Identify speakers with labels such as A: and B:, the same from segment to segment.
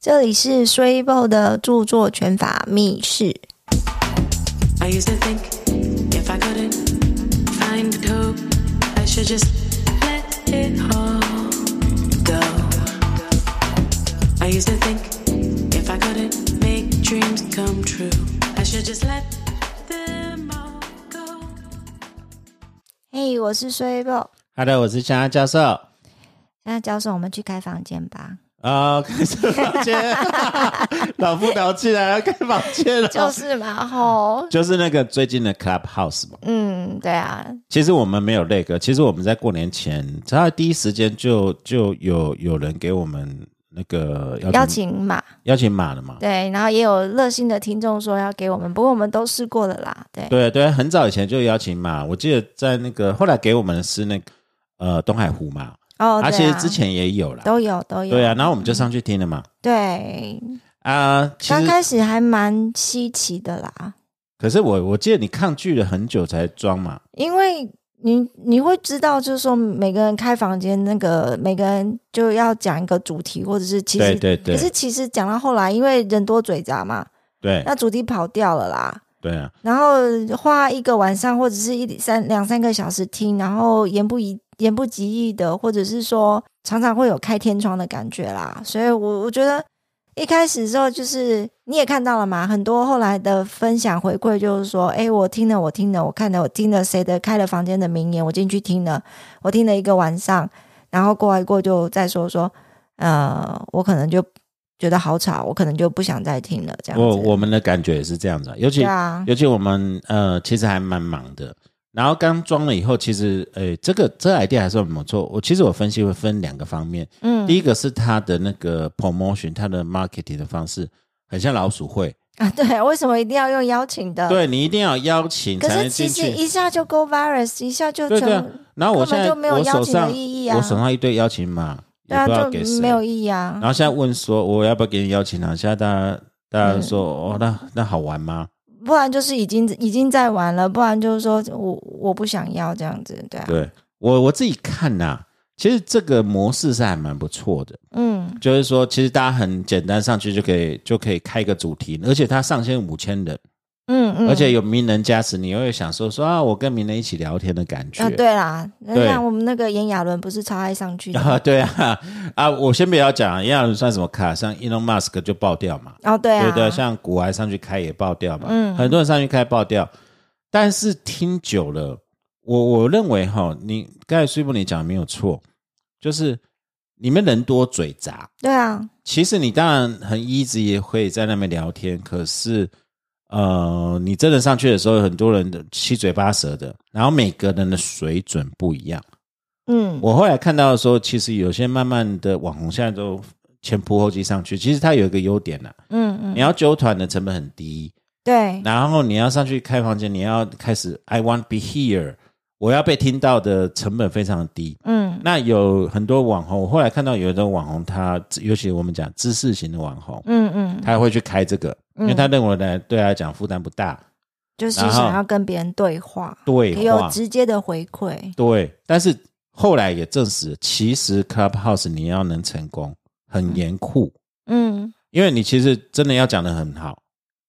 A: 这里是 s w e b o 的著作权法密室。
B: I used to think if I couldn't find hope, I should just let it all go. I used to think if I couldn't make dreams come true, I should just let them all go.
A: 嘿、我是 s w e b o
C: 好的，我是香香教授。
A: 那教授，我们去开房间吧。
C: 啊， 开始 房间，老夫老妻来要开房间了，
A: 就是嘛，吼，
C: 就是那个最近的 Clubhouse 嘛。
A: 嗯，对啊，
C: 其实我们没有那个，其实我们在过年前，他第一时间就就有有人给我们那个邀
A: 邀请码，
C: 邀请码了嘛。
A: 对，然后也有热心的听众说要给我们，不过我们都试过了啦，对，
C: 对对，很早以前就邀请码，我记得在那个后来给我们的是那个呃东海湖嘛，
A: 哦，对
C: 其实
A: 啊
C: 之前也有啦。
A: 都有都有，
C: 对啊，然后我们就上去听了嘛。
A: 对，
C: 啊、其
A: 刚
C: 实
A: 开始还蛮稀奇的啦，
C: 可是我我记得你抗拒了很久才装嘛。
A: 因为你你会知道，就是说每个人开房间那个每个人就要讲一个主题，或者是其实
C: 对对对
A: 可是其实讲到后来，因为人多嘴杂嘛，
C: 对
A: 那主题跑掉了啦。
C: 对啊，
A: 然后花一个晚上或者是一三两三个小时听，然后言不一言不及义的，或者是说常常会有开天窗的感觉啦。所以我我觉得一开始之后就是你也看到了嘛，很多后来的分享回馈就是说，哎，我听了我听了我看了我听了谁的开了房间的名言，我进去听了，我听了一个晚上，然后过来过就再说说，呃，我可能就觉得好吵，我可能就不想再听了这样子。
C: 我我们的感觉也是这样子、啊，尤其、
A: 对啊，
C: 尤其我们呃，其实还蛮忙的。然后刚装了以后，其实诶，这个这个 idea 还算不错。我其实我分析会分两个方面，
A: 嗯
C: 第一个是它的那个 promotion，它的 marketing 的方式很像老鼠会，
A: 啊，对，为什么一定要用邀请的？，
C: 对你一定要邀请
A: 呃可
C: 才能
A: 是
C: 进
A: 其实
C: 去。
A: 一下就 go virus，一下就
C: 对对啊
A: 全
C: 然后我现
A: 根本
C: 在
A: 就没有
C: 我
A: 邀
C: 手
A: 请的
C: 上
A: 意义啊
C: 我，手上一堆邀请码，也
A: 对啊，
C: 不知道
A: 就
C: 给谁
A: 没。有意义啊
C: 然。后现在问说我要不要给你邀请啊？现在大家大
A: 嗯
C: 家说哦，那那好玩吗？
A: 不然就是已经已经在玩了，不然就是说我我不想要这样子，对啊，
C: 对我我自己看呐、其实这个模式是还蛮不错的，
A: 嗯，
C: 就是说，其实大家很简单上去就可以就可以开一个主题，而且它上限五千人，
A: 嗯嗯，
C: 而且有名人加持，你会想说说啊，我跟名人一起聊天的感觉。
A: 啊，对啦，那
C: 对
A: 像我们那个炎亚纶不是超爱上去的吗，
C: 啊，对啊，啊，我先不要讲，亚伦算什么卡？像 Elon Musk 就爆掉嘛，
A: 哦，对啊，
C: 对对，像古玩上去开也爆掉嘛，
A: 嗯
C: 很多人上去开爆掉，但是听久了，我我认为哈，你刚才虽不你讲的没有错，就是你们人多嘴杂，
A: 对啊，
C: 其实你当然很 easy 也会在那边聊天，可是呃，你真的上去的时候，很多人的七嘴八舌的，然后每个人的水准不一样。
A: 嗯，
C: 我后来看到的时候，其实有些慢慢的网红现在都前仆后继上去，其实它有一个优点呐、
A: 嗯嗯，
C: 你要纠团的成本很低，
A: 对，
C: 然后你要上去开房间，你要开始 I want be here，我要被听到的成本非常低。
A: 嗯
C: 那有很多网红，我后来看到有的网红他，尤其我们讲知识型的网红，
A: 嗯嗯，
C: 他会去开这个，因为他认为呢，对他来讲负担不大，
A: 就是
C: 然后
A: 想要跟别人对话，
C: 对
A: 有
C: 话
A: 直接的回馈，
C: 对。但是后来也证实，其实 Clubhouse 你要能成功，很严酷，
A: 嗯，
C: 因为你其实真的要讲的很好，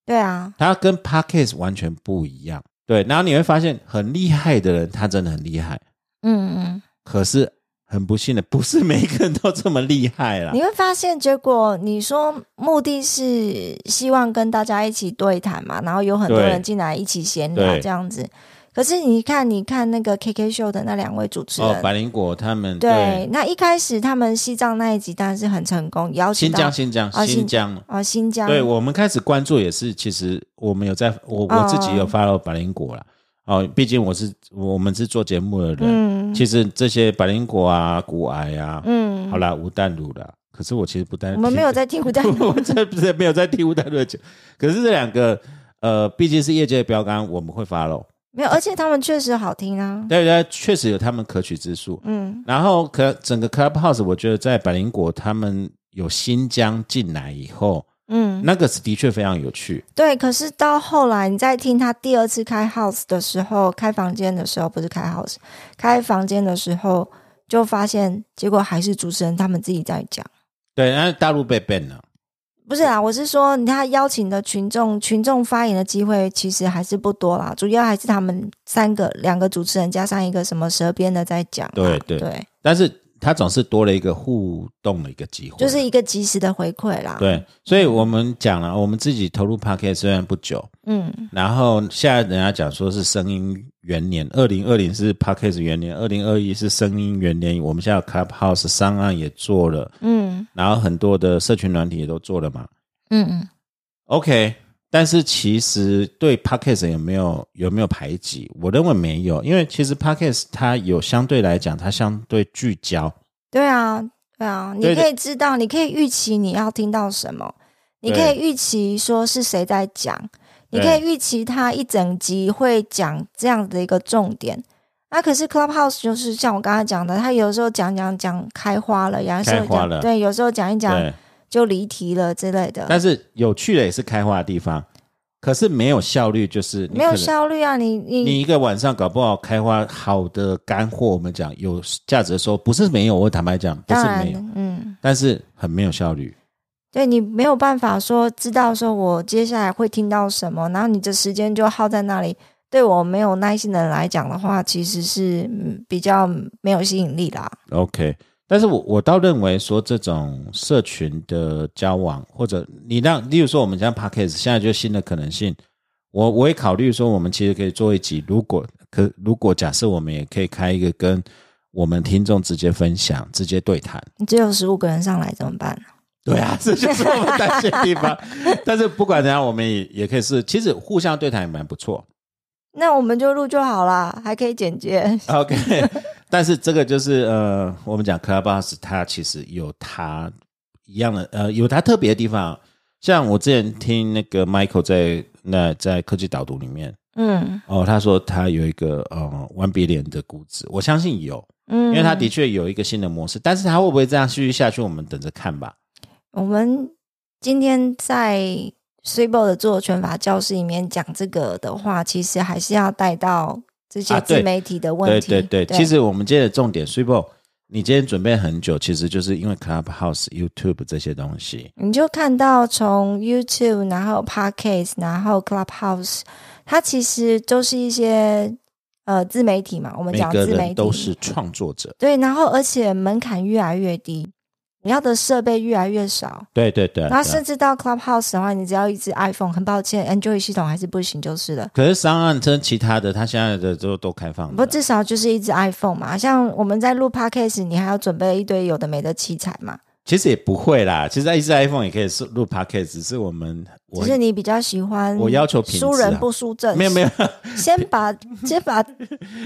A: 对啊，
C: 它跟 Podcast 完全不一样。对，然后你会发现很厉害的人，他真的很厉害，
A: 嗯嗯。
C: 可是很不幸的， 不是每一个人都这么厉害啦。
A: 你会发现，结果你说目的是希望跟大家一起对谈嘛，然后有很多
C: 对
A: 人进来一起闲聊
C: 对
A: 这样子。可是你看，你看那个 KK 秀的那两位主持人，
C: 哦，百灵果他们
A: 对，那一开始他们西藏那一集当然是很成功，邀请
C: 新
A: 到
C: 疆，新疆，
A: 哦新
C: 新疆。
A: 啊、新疆，
C: 对我们开始关注也是，其实我们有在，我
A: 哦
C: 我自己有发到百灵果啦。哦，毕竟我是我们是做节目的人，
A: 嗯
C: 其实这些百灵果啊、骨癌啊，
A: 嗯，
C: 好啦，吴淡如啦，可是我其实不淡，
A: 我们没 有在听不但
C: 我这不是没有在 听吴淡如的节目，可是这两个呃，毕竟是业界的标杆，我们会发喽。
A: 没有，而且他们确实好听啊，
C: 对对，确实有他们可取之处。
A: 嗯
C: 然后可整个 Clubhouse，我觉得在百灵果他们有新疆进来以后，
A: 嗯，
C: 那个是的确非常有趣。
A: 对。可是到后来，你在听他第二次开 house 的时候，开房间的时候，不是开 house，开房间的时候，就发现结果还是主持人他们自己在讲。
C: 对，然后大陆被 ban 了，
A: 不是啊，我是说他邀请的群众群众发言的机会其实还是不多啦，主要还是他们三个两个主持人加上一个什么蛇编的在讲啊，
C: 对对
A: 对
C: 但是他总是多了一个互动的一个机会，
A: 就是一个及时的回馈啦，，
C: 对，所以我们讲了，我们自己投入 p a r k e t 虽然不久，
A: 嗯，
C: 然后现在人家讲说是声音元年，二零二零是 p a r k e t 元年，二零二一是声音元年，我们现在有 Clubhouse 上岸也做了，
A: 嗯
C: 然后很多的社群软体也都做了嘛
A: 嗯嗯，
C: ，OK。但是其实对 p a r k e t 有没有有没有排挤？我认为没有，因为其实 p a r k e t 它有相对来讲，它相对聚焦，
A: 对啊对啊，你
C: 对的
A: 可以知道，你可以预期你要听到什么，你可
C: 对
A: 以预期说是谁在讲，你可
C: 对
A: 以预期他一整集会讲这样的一个重点。那、可是 Clubhouse 就是像我刚才讲的，他有时候讲讲讲开花了，然后
C: 开花
A: 讲
C: 了
A: 对，有时候讲一讲
C: 对。
A: 就离题了之类的，
C: 但是有趣的也是开花的地方，可是没有效率，就是你
A: 没有
C: 可能
A: 效率啊！你
C: 你
A: 你
C: 一个晚上搞不好开花好的干货，我们讲有价值的时候，不是没有。我坦白讲，不
A: 当
C: 是
A: 然
C: 没有，，
A: 嗯，
C: 但是很没有效率。
A: 对你没有办法说知道说我接下来会听到什么，然后你的时间就耗在那里。对我没有耐心的人来讲的话，其实是嗯比较没有吸引力啦。
C: OK，但是我我倒认为说这种社群的交往，或者你让，例如说我们像 Podcast 现在就新的可能性，我我也考虑说，我们其实可以做一集，如果可如果假设我们也可以开一个跟我们听众直接分享、直接对谈。
A: 你只有十五个人上来怎么办？
C: 对啊， 这就是我们担心的地方。但是不管怎样，我们也也可以是，其实互相对谈也蛮不错。
A: 那我们就录就好啦，还可以简洁。
C: OK，但 是这个就是呃，我们讲 Clubhouse 它其实有它一样的呃，有它特别的地方。像我之前听那个 Michael 在那在科技导读里面
A: 嗯
C: 哦，他说他有一个呃 One Billion 的估值，我相信有，
A: 嗯，
C: 因为他的确有一个新的模式，但是他会不会这样继续下去，我们等着看吧。
A: 我们今天在 s i b o 的做拳法教室里面讲这个的话，其实还是要带到这些
C: 啊对
A: 自媒体的问题。
C: 对对对，其实我们今天的重点 s u p e 你今天准备很久，其实就是因为 Clubhouse、YouTube 这些东西。
A: 你就看到从 YouTube，然后 Podcast，然后 Clubhouse，它其实都是一些呃自媒体嘛，我们
C: 每
A: 讲
C: 个
A: 自媒
C: 人
A: 体
C: 都是创作者，
A: 对，然后而且门槛越来越低，你要的设备越来越少。
C: 对对对。啊
A: 然后
C: 对
A: 甚至到 Clubhouse 的话，你只要一只 iPhone，很抱歉，Android 系统还是不行就是了。
C: 可是商岸跟其他的，他现在的都都开放
A: 不，
C: 了。
A: 至少就是一只 iPhone 嘛。像我们在录 podcast，你还要准备一堆有的没的器材嘛。
C: 其实也不会啦，其实一只 iPhone 也可以是录 Podcast，只是我们我
A: 只是你比较喜欢，
C: 我要求品质啊
A: 输人不输阵。
C: 没有 没有，
A: 先把 先把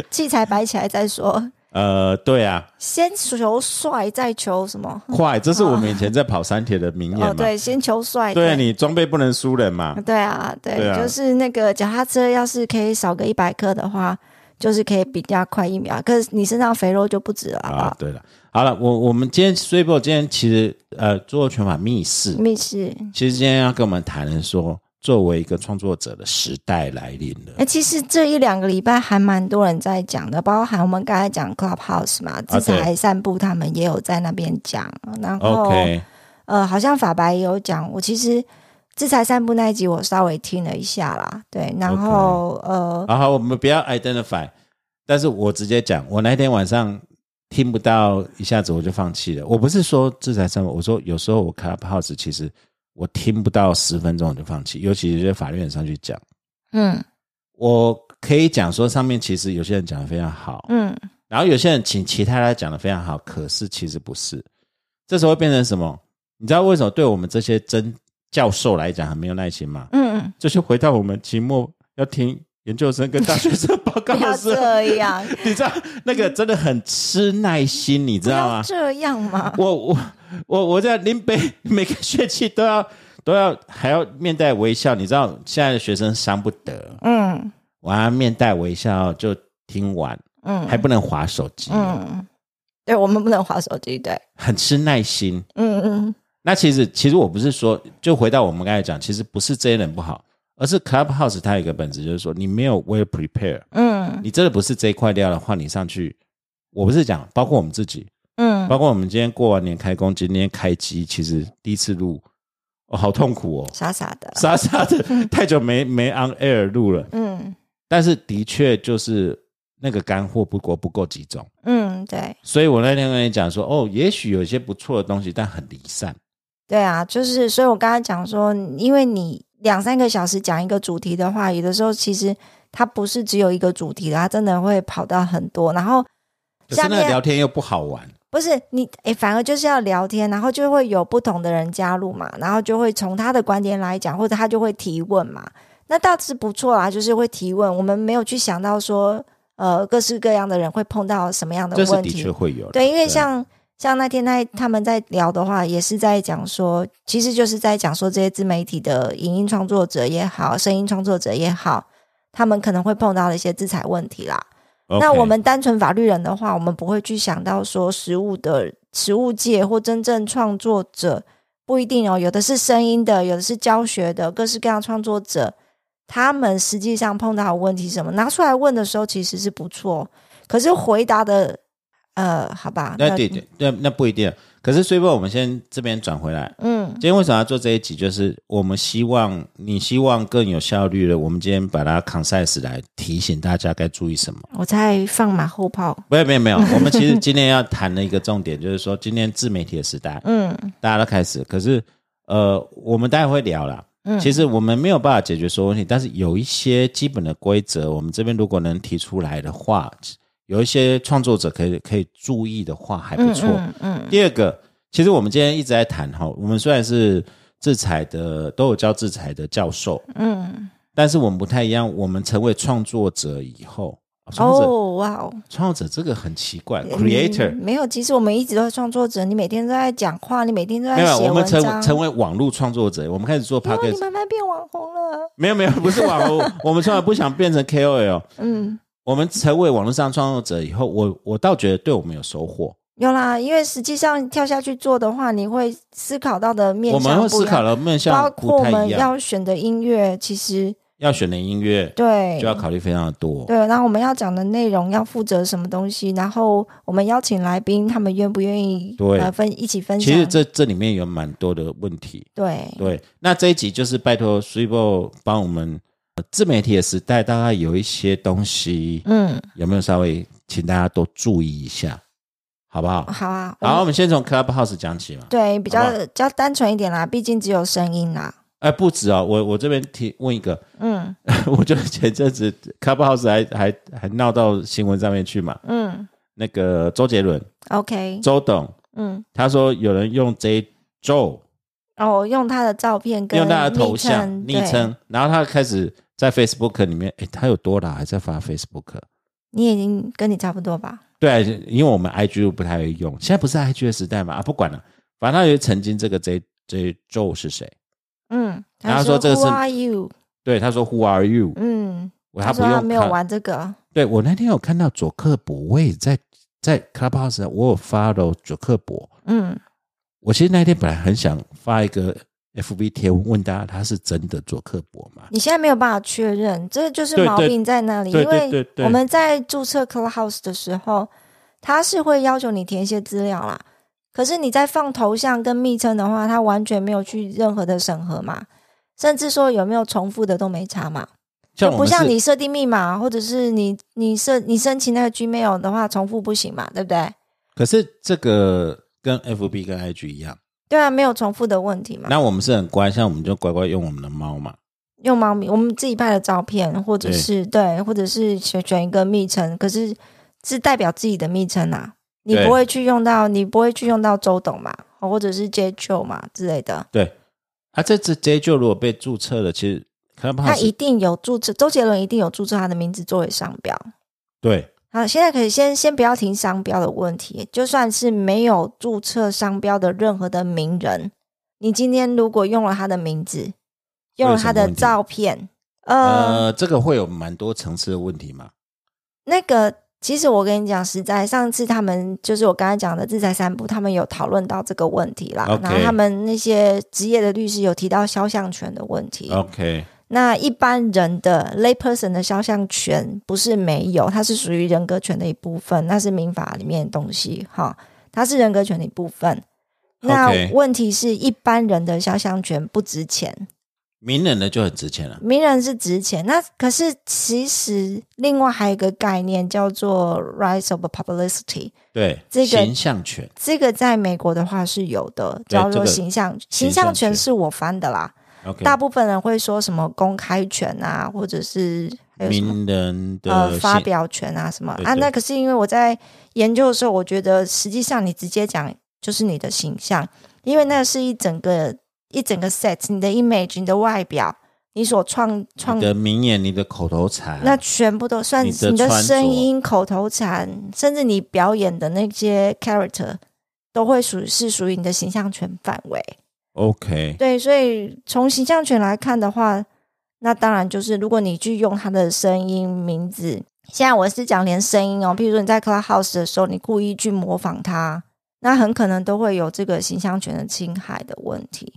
A: 器材摆起来再说，
C: 呃，对啊，
A: 先求帅再求什么？
C: 快，这是我们以前在跑山铁的名言嘛。
A: 嗯哦，对，先求帅。
C: 对啊，你装备不能输人嘛。
A: 对啊，对，
C: 对啊
A: 就是那个脚踏车，要是可以少个一百克的话，就是可以比较快一秒。可是你身上肥肉就不止了，好不
C: 啊
A: 好，？
C: 对了，好了，我我们今天 s u p e 今天其实呃做拳法密室，
A: 密室，
C: 其实今天要跟我们谈的说，作为一个创作者的时代来临
A: 哎、
C: 了。
A: 其实这一两个礼拜还蛮多人在讲的，包含我们刚才讲 Clubhouse
C: 啊
A: 嘛，制裁散步他们也有在那边讲，然后
C: OK，
A: 呃，好像法白也有讲。我其实制裁散步那一集我稍微听了一下啦，对，然后 呃，
C: 然后我们不要 identify，但是我直接讲，我那天晚上听不到，一下子我就放弃了。我不是说制裁上，我说有时候我 Clubhouse 其实我听不到十分钟我就放弃，尤其是法院上去讲，
A: 嗯
C: 我可以讲说上面其实有些人讲的非常好，
A: 嗯，
C: 然后有些人请其他人讲的非常好，可是其实不是。这时候会变成什么？你知道为什么对我们这些真教授来讲很没有耐心吗？
A: 嗯嗯，
C: 就是回到我们期末要听研究生跟大学生报告
A: 不要
C: 的时候，
A: 这样，
C: 你知道那个真的很吃耐心，你知
A: 不
C: 道
A: 要
C: 吗？
A: 这样嘛，
C: 我我我我在林北每个学期都要都要还要面带微笑，你知道现在的学生伤不得，
A: 嗯
C: 我要面带微笑就听完，
A: 嗯
C: 还不啊能划手机，
A: 嗯，对我们不能划手机，对，
C: 很吃耐心。
A: 嗯嗯
C: 那其实，其实我不是说，就回到我们刚才讲，其实不是这些人不好，而是 Clubhouse 它有一个本质，就是说你没有 well prepare，
A: 嗯
C: 你真的不是这一块料的话，你上去，我不是讲，包括我们自己，
A: 嗯
C: 包括我们今天过完年开工，今天开机，其实第一次录，哦，好痛苦哦，
A: 傻傻的，
C: 傻傻的，太久没没 on air 录了。
A: 嗯
C: 但是的确就是那个干货不够不够集中，
A: 嗯，对
C: 所以我那天跟你讲说，哦，也许有一些不错的东西，但很离散。
A: 对啊，就是，所以我刚才讲说，因为你两三个小时讲一个主题的话，有的时候其实它不是只有一个主题的，它真的会跑到很多，然后
C: 可是那
A: 下
C: 个
A: 面
C: 聊天又不好玩，
A: 不是你，哎，反而就是要聊天，然后就会有不同的人加入嘛，然后就会从他的观点来讲，或者他就会提问嘛，那倒是不错啦，就是会提问，我们没有去想到说，呃，各式各样的人会碰到什么样的
C: 这是
A: 问
C: 的
A: 题
C: 确，会有的。
A: 对，因为像像那天那他们在聊的话，也是在讲说，其实就是在讲说这些自媒体的影音创作者也好，声音创作者也好，他们可能会碰到的一些制裁问题啦。那
C: OK
A: 我们单纯法律人的话，我们不会去想到说食物的食物界或真正创作者不一定哦，有的是声音的，有的是教学的，各式各样的创作者，他们实际上碰到的问题是什么，拿出来问的时候其实是不错，哦可是回答的呃，好吧，
C: 那对对，那那不一定。可是虽然我们先这边转回来，
A: 嗯
C: 今天为什么要做这一集？就是我们希望你希望更有效率的，我们今天把它 concise 来提醒大家该注意什么。
A: 我在放马后炮，
C: 没有没有没有，我们其实今天要谈的一个重点就是说，今天自媒体的时代，
A: 嗯
C: 大家都开始，可是呃，我们待会会聊啦。
A: 嗯，
C: 其实我们没有办法解决所有问题，但是有一些基本的规则，我们这边如果能提出来的话，有一些创作者可以可以注意的话，还不错。
A: 嗯嗯
C: 第二个，其实我们今天一直在谈哈，我们虽然是制裁的，都有教制裁的教授，
A: 嗯，
C: 但是我们不太一样。我们成为创作者以后，哦创作者、
A: 哦哇哦
C: 创作者这个很奇怪
A: 嗯
C: ，creator
A: 没有，其实我们一直都是创作者，你每天都在讲话，你每天都在
C: 没有，啊
A: 写
C: 我们
A: 文
C: 成
A: 章，
C: 成为网络创作者，我们开始做
A: 因为你
C: podcast，
A: 慢慢变网红了，
C: 没有没有，不是网 络，我们从来不想变成 KOL。
A: 嗯。
C: 我们成为网络上创作者以后，我我倒觉得对我们有收获，
A: 有啦，因为实际上跳下去做的话，你会思考到的面
C: 我
A: 向不一
C: 们
A: 样，
C: 会思考的面
A: 包
C: 向
A: 括
C: 不
A: 我
C: 太
A: 们
C: 一样，
A: 要选的音乐，其实
C: 要选的音乐
A: 对
C: 就要考虑非常的多。
A: 对，然后我们要讲的内容要负责什么东西，然后我们邀请来宾，他们愿不愿意
C: 对
A: 呃分一起分享？
C: 其实这这里面有蛮多的问题。
A: 对
C: 对，那这一集就是拜托 s u p o 帮我们、呃自媒体的时代，大概有一些东西，
A: 嗯，
C: 有没有稍微请大家多注意一下，好不好？
A: 好啊，我
C: 好，
A: 们
C: 我们先从 Clubhouse 讲起嘛。
A: 对比
C: 好
A: 较
C: 不
A: 比较单纯一点啦，毕竟只有声音啦。
C: 哎，不止哦，我我这边提问一个，
A: 嗯
C: 我觉得前阵子 Clubhouse 还还还闹到新闻上面去嘛。
A: 嗯
C: 那个周杰伦，
A: ，OK，
C: 周董，
A: 嗯，
C: 他说有人用这周
A: 哦，用他的照片跟
C: 用他的头像
A: 昵
C: 昵，
A: 对
C: 称，然后他开始在 Facebook 里面，诶，他有多啦？还在发 Facebook？
A: 你已经跟你差不多吧？
C: 对，啊因为我们 IG 又不太会用，现在不是 IG 的时代嘛，啊，不管了，反正他也曾经这个 J J Joe 是谁？
A: 嗯，
C: 然后说这个是
A: Who are you？
C: 对，他说 Who are you？
A: 嗯，
C: 我
A: 他
C: 不
A: 说他
C: 用
A: 没有
C: 看，
A: 玩这个，
C: 对我那天有看到佐克伯，我也在在 Clubhouse，上我有 follow 佐克伯，
A: 嗯，
C: 我其实那天本来很想发一个 FB 贴文问大家，他是真的佐克伯吗？
A: 你现在没有办法确认，这就是
C: 对
A: 毛
C: 对
A: 病在那里。
C: 对对
A: 因
C: 对
A: 为
C: 对
A: 我们在注册 Clubhouse 的时候，它是会要求你填一些资料啦。可是你在放头像跟昵称的话，它完全没有去任何的审核嘛，甚至说有没有重复的都没查嘛，就
C: 像我
A: 不
C: 们
A: 像
C: 是
A: 你设定密码或者是你你设你申请那个 Gmail 的话，重复不行嘛，对不对？
C: 可是这个跟 FB 跟 IG 一样，
A: 对啊，没有重复的问题嘛。
C: 那我们是很乖，像我们就乖乖用我们的猫嘛。
A: 用猫咪，我们自己拍的照片，或者
C: 对
A: 是对，或者是选选一个昵称，可是是代表自己的昵称啊，你
C: 对
A: 不会去用到，你不会去用到周董嘛，或者是 J Joe 嘛之类的，
C: 对，啊，这只 J 就如果被注册了，其实
A: 他一
C: Clubhouse
A: 定有注册，周杰伦一定有注册他的名字作为商标。
C: 对
A: 好，现在可以先先不要提商标的问题，就算是没有注册商标的任何的名人，你今天如果用了他的名字，用了他
C: 会有什么
A: 的
C: 问题
A: 照片，呃
C: 呃，这个会有蛮多层次的问题嘛。
A: 那个，其实我跟你讲，实在上次他们就是我刚才讲的制裁三部，他们有讨论到这个问题啦。
C: OK
A: 然后他们那些职业的律师有提到肖像权的问题。
C: 哦 OK，
A: 那一般人的 lay person 的肖像权不是没有，它是属于人格权的一部分，那是民法里面的东西哈，它是人格权的一部分。那
C: OK
A: 问题是，一般人的肖像权不值钱，
C: 名人的就很值钱了。
A: 名人是值钱。那可是其实另外还有一个概念叫做 rise of publicity，
C: 对，
A: 这个
C: 形象权，
A: 这个在美国的话是有的，
C: 对
A: 叫
C: 这
A: 做
C: 个
A: 形象、形
C: 象
A: 象权
C: 权
A: 是我翻的啦。
C: OK，
A: 大部分人会说什么公开权啊，或者是还有什么
C: 名人的、
A: 呃发，表权啊什么
C: 对
A: 啊。
C: 对
A: 那可是因为我在研究的时候，我觉得实际上你直接讲就是你的形象，因为那是一整个一整个 set，你的 image、你的外表、你所创创
C: 你的名言，你的口头禅，
A: 那全部都算
C: 啊你
A: 是
C: 的
A: 你的
C: 穿着
A: 声音、口头禅，甚至你表演的那些 character，都会属是属于你的形象权范围。
C: OK，
A: 对，所以从形象权来看的话，那当然就是如果你去用他的声音、名字，现在我是讲连声音哦，譬如说你在 Clubhouse 的时候，你故意去模仿他，那很可能都会有这个形象权的侵害的问题。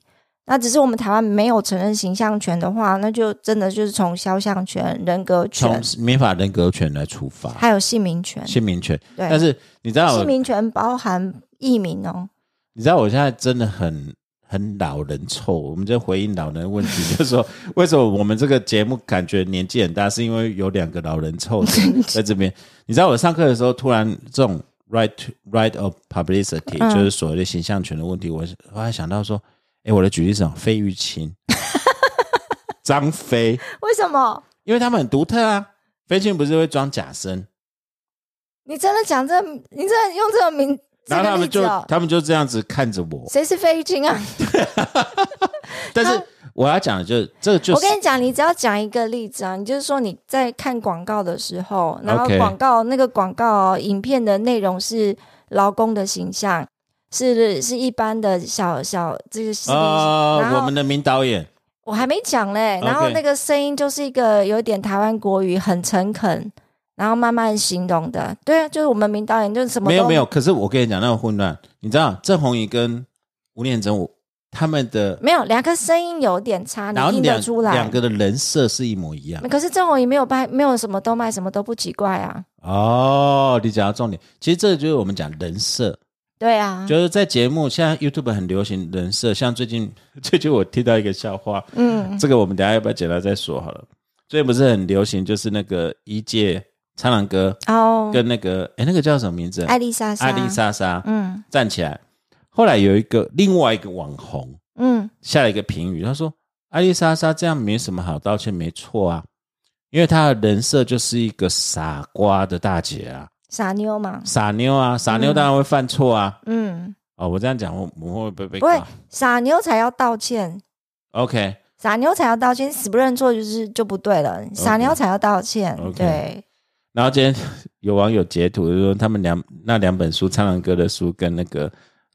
A: 那只是我们台湾没有承认形象权的话，那就真的就是从肖像权、人格
C: 从
A: 权
C: 民法人格权来处罚，
A: 还有姓名权，
C: 姓名权。
A: 对，
C: 但是你知道我
A: 姓名权包含艺名哦。
C: 你知道我现在真的很很老人臭，我们在回应老人的问题，就是说 为什么我们这个节目感觉年纪很大，是因为有两个老人臭 在这边。你知道我上课的时候，突然这种 right to, right of publicity，、
A: 嗯
C: 就是所谓的形象权的问题，我后来想到说，哎，我的举例是什么费 玉清、张飞，
A: 为什么？
C: 因为他们很独特啊。飞玉清不是会装假声，
A: 你真的讲这，你真的用这个名？这
C: 然后
A: 个
C: 他
A: 例
C: 们就
A: 子哦。
C: 他们就这样子看着我，
A: 谁是费玉清啊？
C: 但是我要讲的就是这个就
A: 我
C: 是
A: 跟你讲，你只要讲一个例子啊，你就是说你在看广告的时候，然后
C: OK
A: 广告那个广告影片的内容是劳工的形象，是是一般的小小这个是、然
C: 哦，我
A: 后
C: 们的名导演。
A: 我还没讲嘞，然后
C: OK
A: 那个声音就是一个有点台湾国语，很诚恳，然后慢慢形容的，对啊，就是我们名导演就是什么
C: 没有
A: 都
C: 没有，可是我跟你讲，那个混乱，你知道郑红怡跟吴念真，我他们的
A: 没有两个声音有点差，
C: 然后
A: 你听
C: 两
A: 得出来。
C: 两个的人设是一模一样
A: 可是郑红也没有拍，没有什么都卖，什么都不奇怪啊。
C: 哦。你讲到重点，其实这就是我们讲人设，
A: 对啊，
C: 就是在节目现在 YouTube 很流行人设，像最近 最近我听到一个笑话，
A: 嗯，
C: 这个我们等一下要不要剪到再说好了。最近不是很流行，就是那个一届苍狼哥
A: 哦，
C: 跟那个哎、那个叫什么名字啊？
A: 艾丽莎莎，
C: 艾丽，莎莎
A: 嗯
C: 站起来。后来有一个另外一个网红，
A: 嗯，
C: 下了一个评语，他说：“艾丽莎莎这样没什么好道歉，没错啊，因为她的人设就是一个傻瓜的大姐啊，
A: 傻妞嘛，
C: 傻妞啊，傻妞当然会犯错啊。
A: 嗯，
C: 哦，我这样讲，我我会不会被
A: 不会
C: 告
A: 傻妞才要道歉，
C: ？OK，
A: 傻妞才要道歉，死不认错就是就不对了，傻妞才要道歉
C: OK
A: 对，
C: 然后今天 有网友截图就说，他们两那两本书，苍狼哥的书跟那个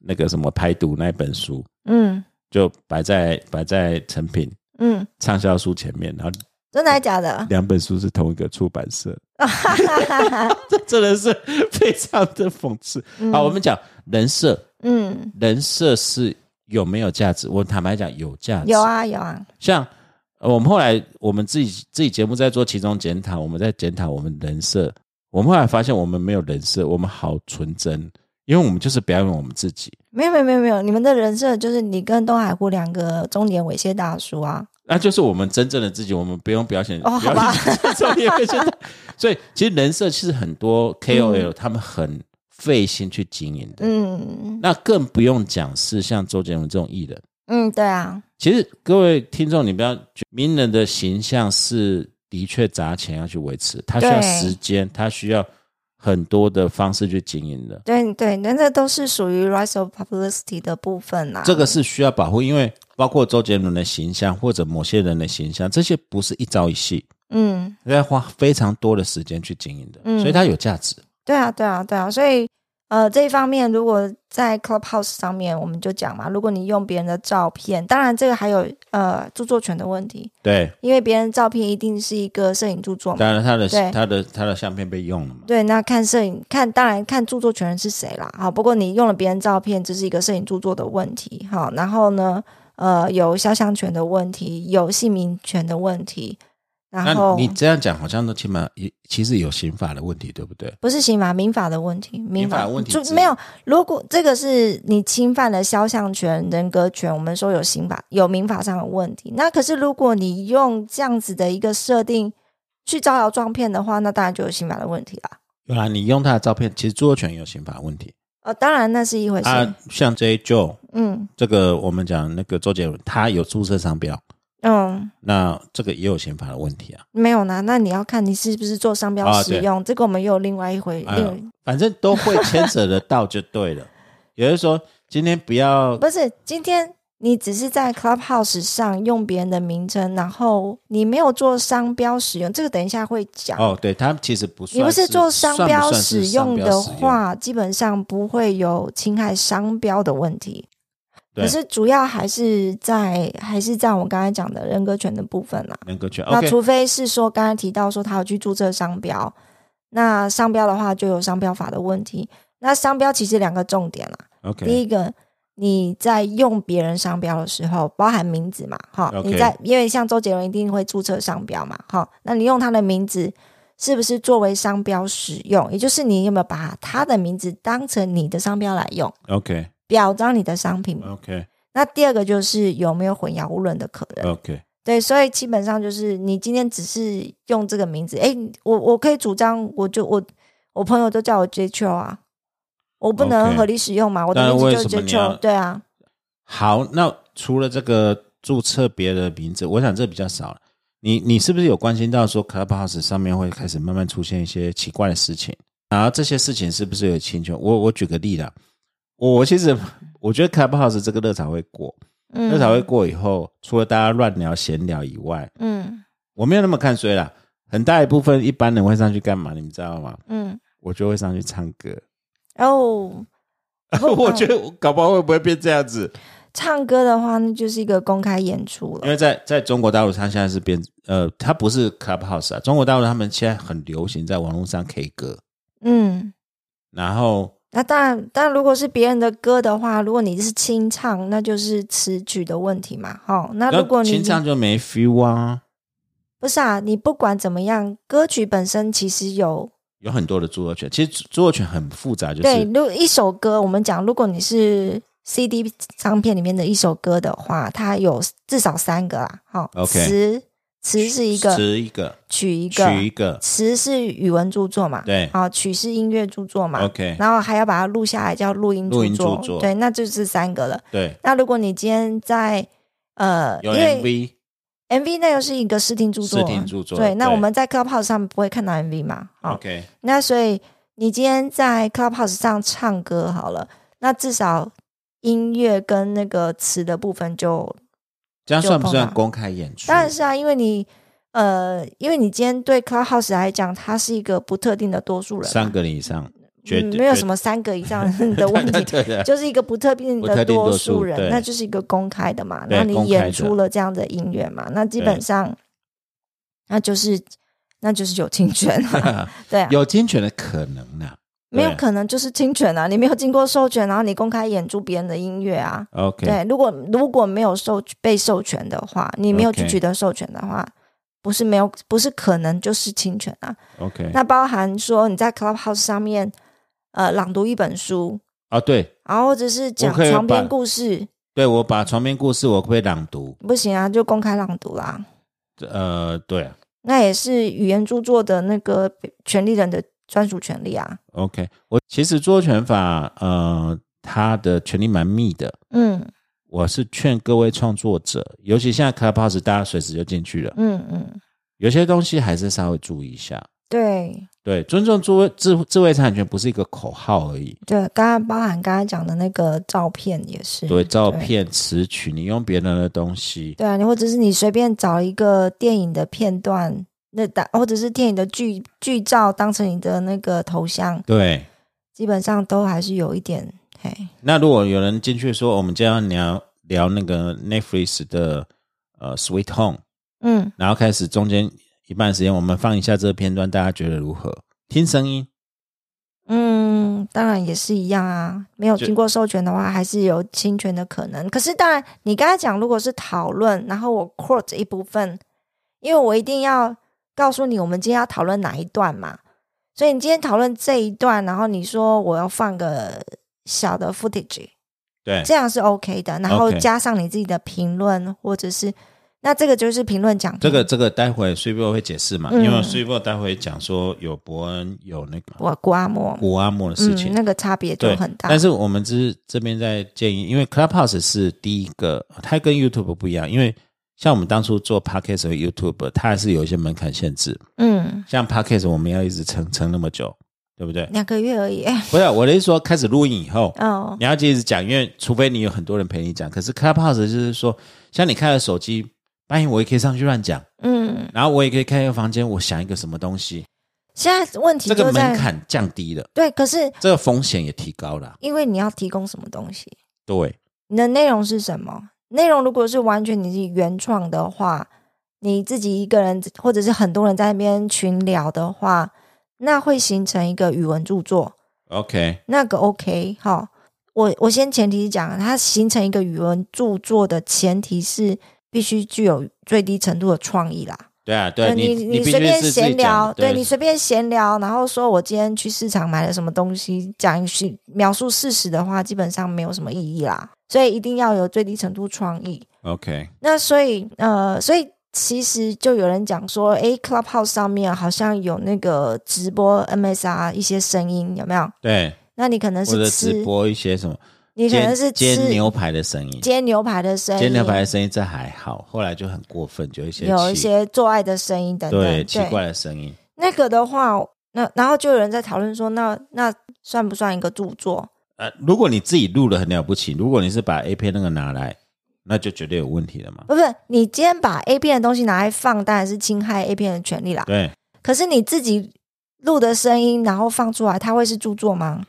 C: 那个什么拍读那本书，
A: 嗯
C: 就摆在摆在成品
A: 嗯，
C: 畅销书前面，然后
A: 真的还假的？
C: 两本书是同一个出版社， 这真的是非常的讽刺。好，我们讲人设，
A: 嗯，
C: 人设是有没有价值？我坦白讲，有价值。
A: 有，啊有啊，
C: 像呃我们后来我们自己自己节目在做其中检讨，我们在检讨我们人设，我们后来发现我们没有人设，我们好纯真，因为我们就是表演我们自己。
A: 没有没有没有没有，你们的人设就是你跟东海湖两个中年猥亵大叔啊，
C: 那就是我们真正的自己，我们不用表现
A: 哦好
C: 表
A: 吧
C: 演 重点会现在所以其实人设其实很
A: 嗯
C: 多 KOL、他们很费心去经营的，
A: 嗯
C: 那更不用讲是像周杰伦这种艺人。
A: 嗯，对啊，
C: 其实各位听众，你不要觉名人的形象是的确砸钱要去维持，他需要
A: 对
C: 时间，他需要很多的方式去经营的，
A: 对对，那这都是属于 rise of publicity 的部分啊啦、
C: 这个是需要保护，因为包括周杰伦的形象或者某些人的形象，这些不是一朝一夕，
A: 嗯，
C: 要花非常多的时间去经营的，
A: 嗯
C: 所以它有价值。
A: 对啊，对啊，对啊，所以呃，这一方面如果在 Clubhouse 上面，我们就讲嘛，如果你用别人的照片，当然这个还有呃著作权的问题，
C: 对，
A: 因为别人照片一定是一个摄影著作嘛。
C: 当然他的
A: 对
C: 他的他的相片被用了嘛，
A: 对，那看摄影看，当然看著作权人是谁啦。好，不过你用了别人照片，这是一个摄影著作的问题。好，然后呢，呃，有肖像权的问题，有姓名权的问题。
C: 那
A: 然后
C: 你这样讲好像都起码也其实有刑法的问题，对不对？
A: 不是刑法，民法的问题，民
C: 法问题
A: 就是没有。如果这个是你侵犯了肖像权、人格权，我们说有刑法、有民法上的问题。那可是如果你用这样子的一个设定去招摇撞骗的话，那当然就有刑法的问题啦。
C: 对啊，你用他的照片，其实著作权有刑法问题
A: 呃，当然那是一回事。
C: 啊。像这一 Joe
A: 嗯
C: 这个，我们讲那个周杰伦，他有注册商标，
A: 嗯，
C: 那这个也有刑法的问题啊。
A: 没有啦。那你要看你是不是做商标
C: 啊
A: 使
C: 对
A: 用，这个我们又有另外一回。
C: 哎
A: 另
C: 呦反正都会牵扯得到就对 了。也就是说，今天不要
A: 不是，今天你只是在 Clubhouse 上用别人的名称，然后你没有做商标使用，这个等一下会讲。
C: 哦，对他们其实不算，
A: 你不是做商标
C: 算不算
A: 使
C: 是商
A: 用
C: 标
A: 的
C: 使用，
A: 话，基本上不会有侵害商标的问题。
C: 对
A: 可是主要还是在还是在我刚才讲的人格权的部分啦。
C: 能够去
A: 那
C: OK
A: 除非是说刚才提到说他要去注册商标，那商标的话就有商标法的问题。那商标其实两个重点啦，啊第
C: OK
A: 一个，你在用别人商标的时候，包含名字嘛，哈
C: OK
A: 你在因为像周杰伦一定会注册商标嘛，哈，那你用他的名字是不是作为商标使用？也就是你有没有把他的名字当成你的商标来用，
C: OK
A: 表彰你的商品？
C: OK
A: 那第二个就是有没有混淆误认的可能？
C: OK
A: 对，所以基本上就是你今天只是用这个名字，诶，我我可以主张，我就我我朋友都叫我 J Q 啊，我不能
C: OK
A: 合理使用嘛，我的
C: 那
A: 名字
C: 为
A: 就是
C: 什
A: J
C: 么你要
A: Q，对啊，
C: 好，那除了这个注册别的名字，我想这比较少了。你你是不是有关心到说 Clubhouse 上面会开始慢慢出现一些奇怪的事情？然后这些事情是不是有侵权？我我举个例啦，我我其实我觉得 Clubhouse 这个热潮会过，
A: 嗯
C: 热潮会过以后，除了大家乱聊闲聊以外，
A: 嗯
C: 我没有那么看衰啦。很大一部分一般人会上去干嘛？你们知道吗？
A: 嗯，
C: 我就会上去唱歌。
A: 然后
C: 我觉得我搞不好会不会变这样子？
A: 唱歌的话，那就是一个公开演出了。
C: 因为在在中国大陆，它现在是变呃，它不是 Clubhouse 啊，中国大陆他们现在很流行在网络上 K 歌，
A: 嗯，
C: 然后
A: 那当然，但如果是别人的歌的话，如果你是清唱，那就是词曲的问题嘛。哈、那
C: 然
A: 如果
C: 后
A: 你
C: 清唱就没 feel 啊，
A: 不是啊，你不管怎么样，歌曲本身其实有
C: 有很多的著作权，其实著作权很复杂，就
A: 对。
C: 是
A: 如果一首歌，我们讲，如果你是 CD 唱片里面的一首歌的话，它有至少三个啦。哈、
C: OK
A: 词词是一个，
C: 词一个，
A: 曲一个，
C: 曲一个
A: 词是语文著作嘛，
C: 对
A: 好，曲是音乐著作嘛
C: OK
A: 然后还要把它录下来叫录音
C: 录音
A: 作，
C: 著作
A: 对，那就是三个了。
C: 对，
A: 那如果你今天在呃，因
C: 有
A: 为
C: MV，
A: MV 那又是一个视听著作嘛，
C: 视听著作
A: 对，那
C: 对
A: 我们在 Clubhouse 上不会看到 MV 嘛，好
C: OK，
A: 那所以你今天在 Clubhouse 上唱歌好了，那至少音乐跟那个词的部分就
C: 这样算不
A: 就碰
C: 算
A: 到
C: 公开演出？
A: 当然是啊，因为你呃，因为你今天对 Clubhouse 来讲，它是一个不特定的多数人嘛，
C: 三个人以上，绝
A: 嗯
C: 对
A: 没有什么三个以上的问
C: 对
A: 题，
C: 对 对
A: 就是一个不特定
C: 不特
A: 的
C: 定
A: 多
C: 多
A: 数
C: 数
A: 人，
C: 对
A: 那就是一个公开的嘛。
C: 对
A: 那你
C: 公开
A: 演
C: 的
A: 出了这样的音乐嘛，那基本
C: 对
A: 上那就是那就是有侵权、啊， 对啊，
C: 有侵权的可能啊。
A: 没有
C: 对
A: 可能就是侵权啊，你没有经过授权，然后你公开演出别人的音乐啊。
C: OK，
A: 对，如果如果没有授被授权的话，你没有去
C: OK
A: 取得授权的话不是没有，不是可能就是侵权啊。
C: OK，
A: 那包含说你在 Clubhouse 上面，呃，朗读一本书，
C: 哦，对
A: 然后或者是讲
C: 我可以
A: 床边
C: 把
A: 故事，
C: 对，我把床边故事我会朗读，
A: 不行啊，就公开朗读啦。
C: 呃，对啊
A: 那也是语言著作的那个权利人的专属权利啊。
C: ，OK，我其实著作权法，呃，它的权利蛮密的，
A: 嗯
C: 我是劝各位创作者，尤其现在 Clubhouse 大家随时就进去了，
A: 嗯嗯，
C: 有些东西还是稍微注意一下。
A: 对
C: 对，尊重著智智慧财产权不是一个口号而已，
A: 对，刚刚包含刚才讲的那个照片也是。
C: 对，照片、词曲，你用别人的东西，
A: 对啊，你或者是你随便找一个电影的片段，那当或者是电影的剧剧照当成你的那个头像，
C: 对。
A: 基本上都还是有一点嘿，
C: 那如果有人进去说，我们今天要聊聊那个 Netflix 的呃 Sweet Home，
A: 嗯
C: 然后开始中间一半时间，我们放一下这个片段，大家觉得如何？听声音，
A: 嗯，当然也是一样啊，没有
C: 就
A: 经过授权的话，还是有侵权的可能。可是当然，你刚才讲如果是讨论，然后我 quote 一部分，因为我一定要告诉你我们今天要讨论哪一段嘛。所以你今天讨论这一段，然后你说我要放个小的 footage，
C: 对
A: 这样是 OK 的。然后
C: OK
A: 加上你自己的评论，或者是那这个就是评论奖
C: 这
A: 评
C: 个这个待会 s u p e 会解释嘛，
A: 嗯
C: 因为 s u p e 待会讲说有伯恩有那个
A: 我刮膜，
C: 古阿莫的事情
A: 嗯，，那个差别就
C: 对
A: 很，大。
C: 但是我们只是这边在建议，因为 Clubhouse 是第一个，它跟 YouTube 不一样，因为像我们当初做 Podcast 和 YouTube，它还是有一些门槛限制。
A: 嗯，
C: 像 Podcast 我们要一直撑撑那么久，对不对？
A: 两个月而已。哎
C: 不是啊我的意思说，开始录音以后，
A: 哦，
C: 你要一直讲，因为除非你有很多人陪你讲。可是 Clubhouse 就是说，像你开了手机，半夜我也可以上去乱讲，
A: 嗯，
C: 然后我也可以开一个房间，我想一个什么东西，
A: 现在问题
C: 这
A: 就
C: 个门
A: 在
C: 槛降低了，
A: 对，可是
C: 这个风险也提高了。
A: 因为你要提供什么东西，
C: 对，
A: 你的内容是什么？内容如果是完全你是原创的话，你自己一个人或者是很多人在那边群聊的话，那会形成一个语文著作，
C: OK，
A: 那个 OK 好。我我先前提讲，它形成一个语文著作的前提是必须具有最低程度的创意啦。
C: 对啊，对
A: 呃你
C: 你必
A: 随
C: 须
A: 便
C: 是自己
A: 闲聊，
C: 讲，
A: 对你随便闲聊，然后说我今天去市场买了什么东西，讲是描述事实的话，基本上没有什么意义啦。所以一定要有最低程度创意。
C: OK，
A: 那所以呃，所以其实就有人讲说，诶 c l u b h o u s e 上面好像有那个直播 MSR 一些声音，有没有？
C: 对，
A: 那你可能
C: 或者
A: 是
C: 直
A: 吃，
C: 播一些什么
A: 你可能
C: 煎
A: 是吃
C: 煎牛排的声音，
A: 煎牛排的声音，
C: 煎牛排的声音这还好，后来就很过分，就有一些
A: 有一
C: 奇
A: 些做爱的声音等等，
C: 对奇怪的声音。
A: 那个的话，那然后就有人在讨论说，那那算不算一个著作？
C: 呃，如果你自己录了很了不起，如果你是把 A 片那个拿来，那就绝对有问题了嘛。
A: 不是，你今天把 A 片的东西拿来放，当然是侵害 A 片的权利啦。
C: 对，
A: 可是你自己录的声音，然后放出来，它会是著作吗？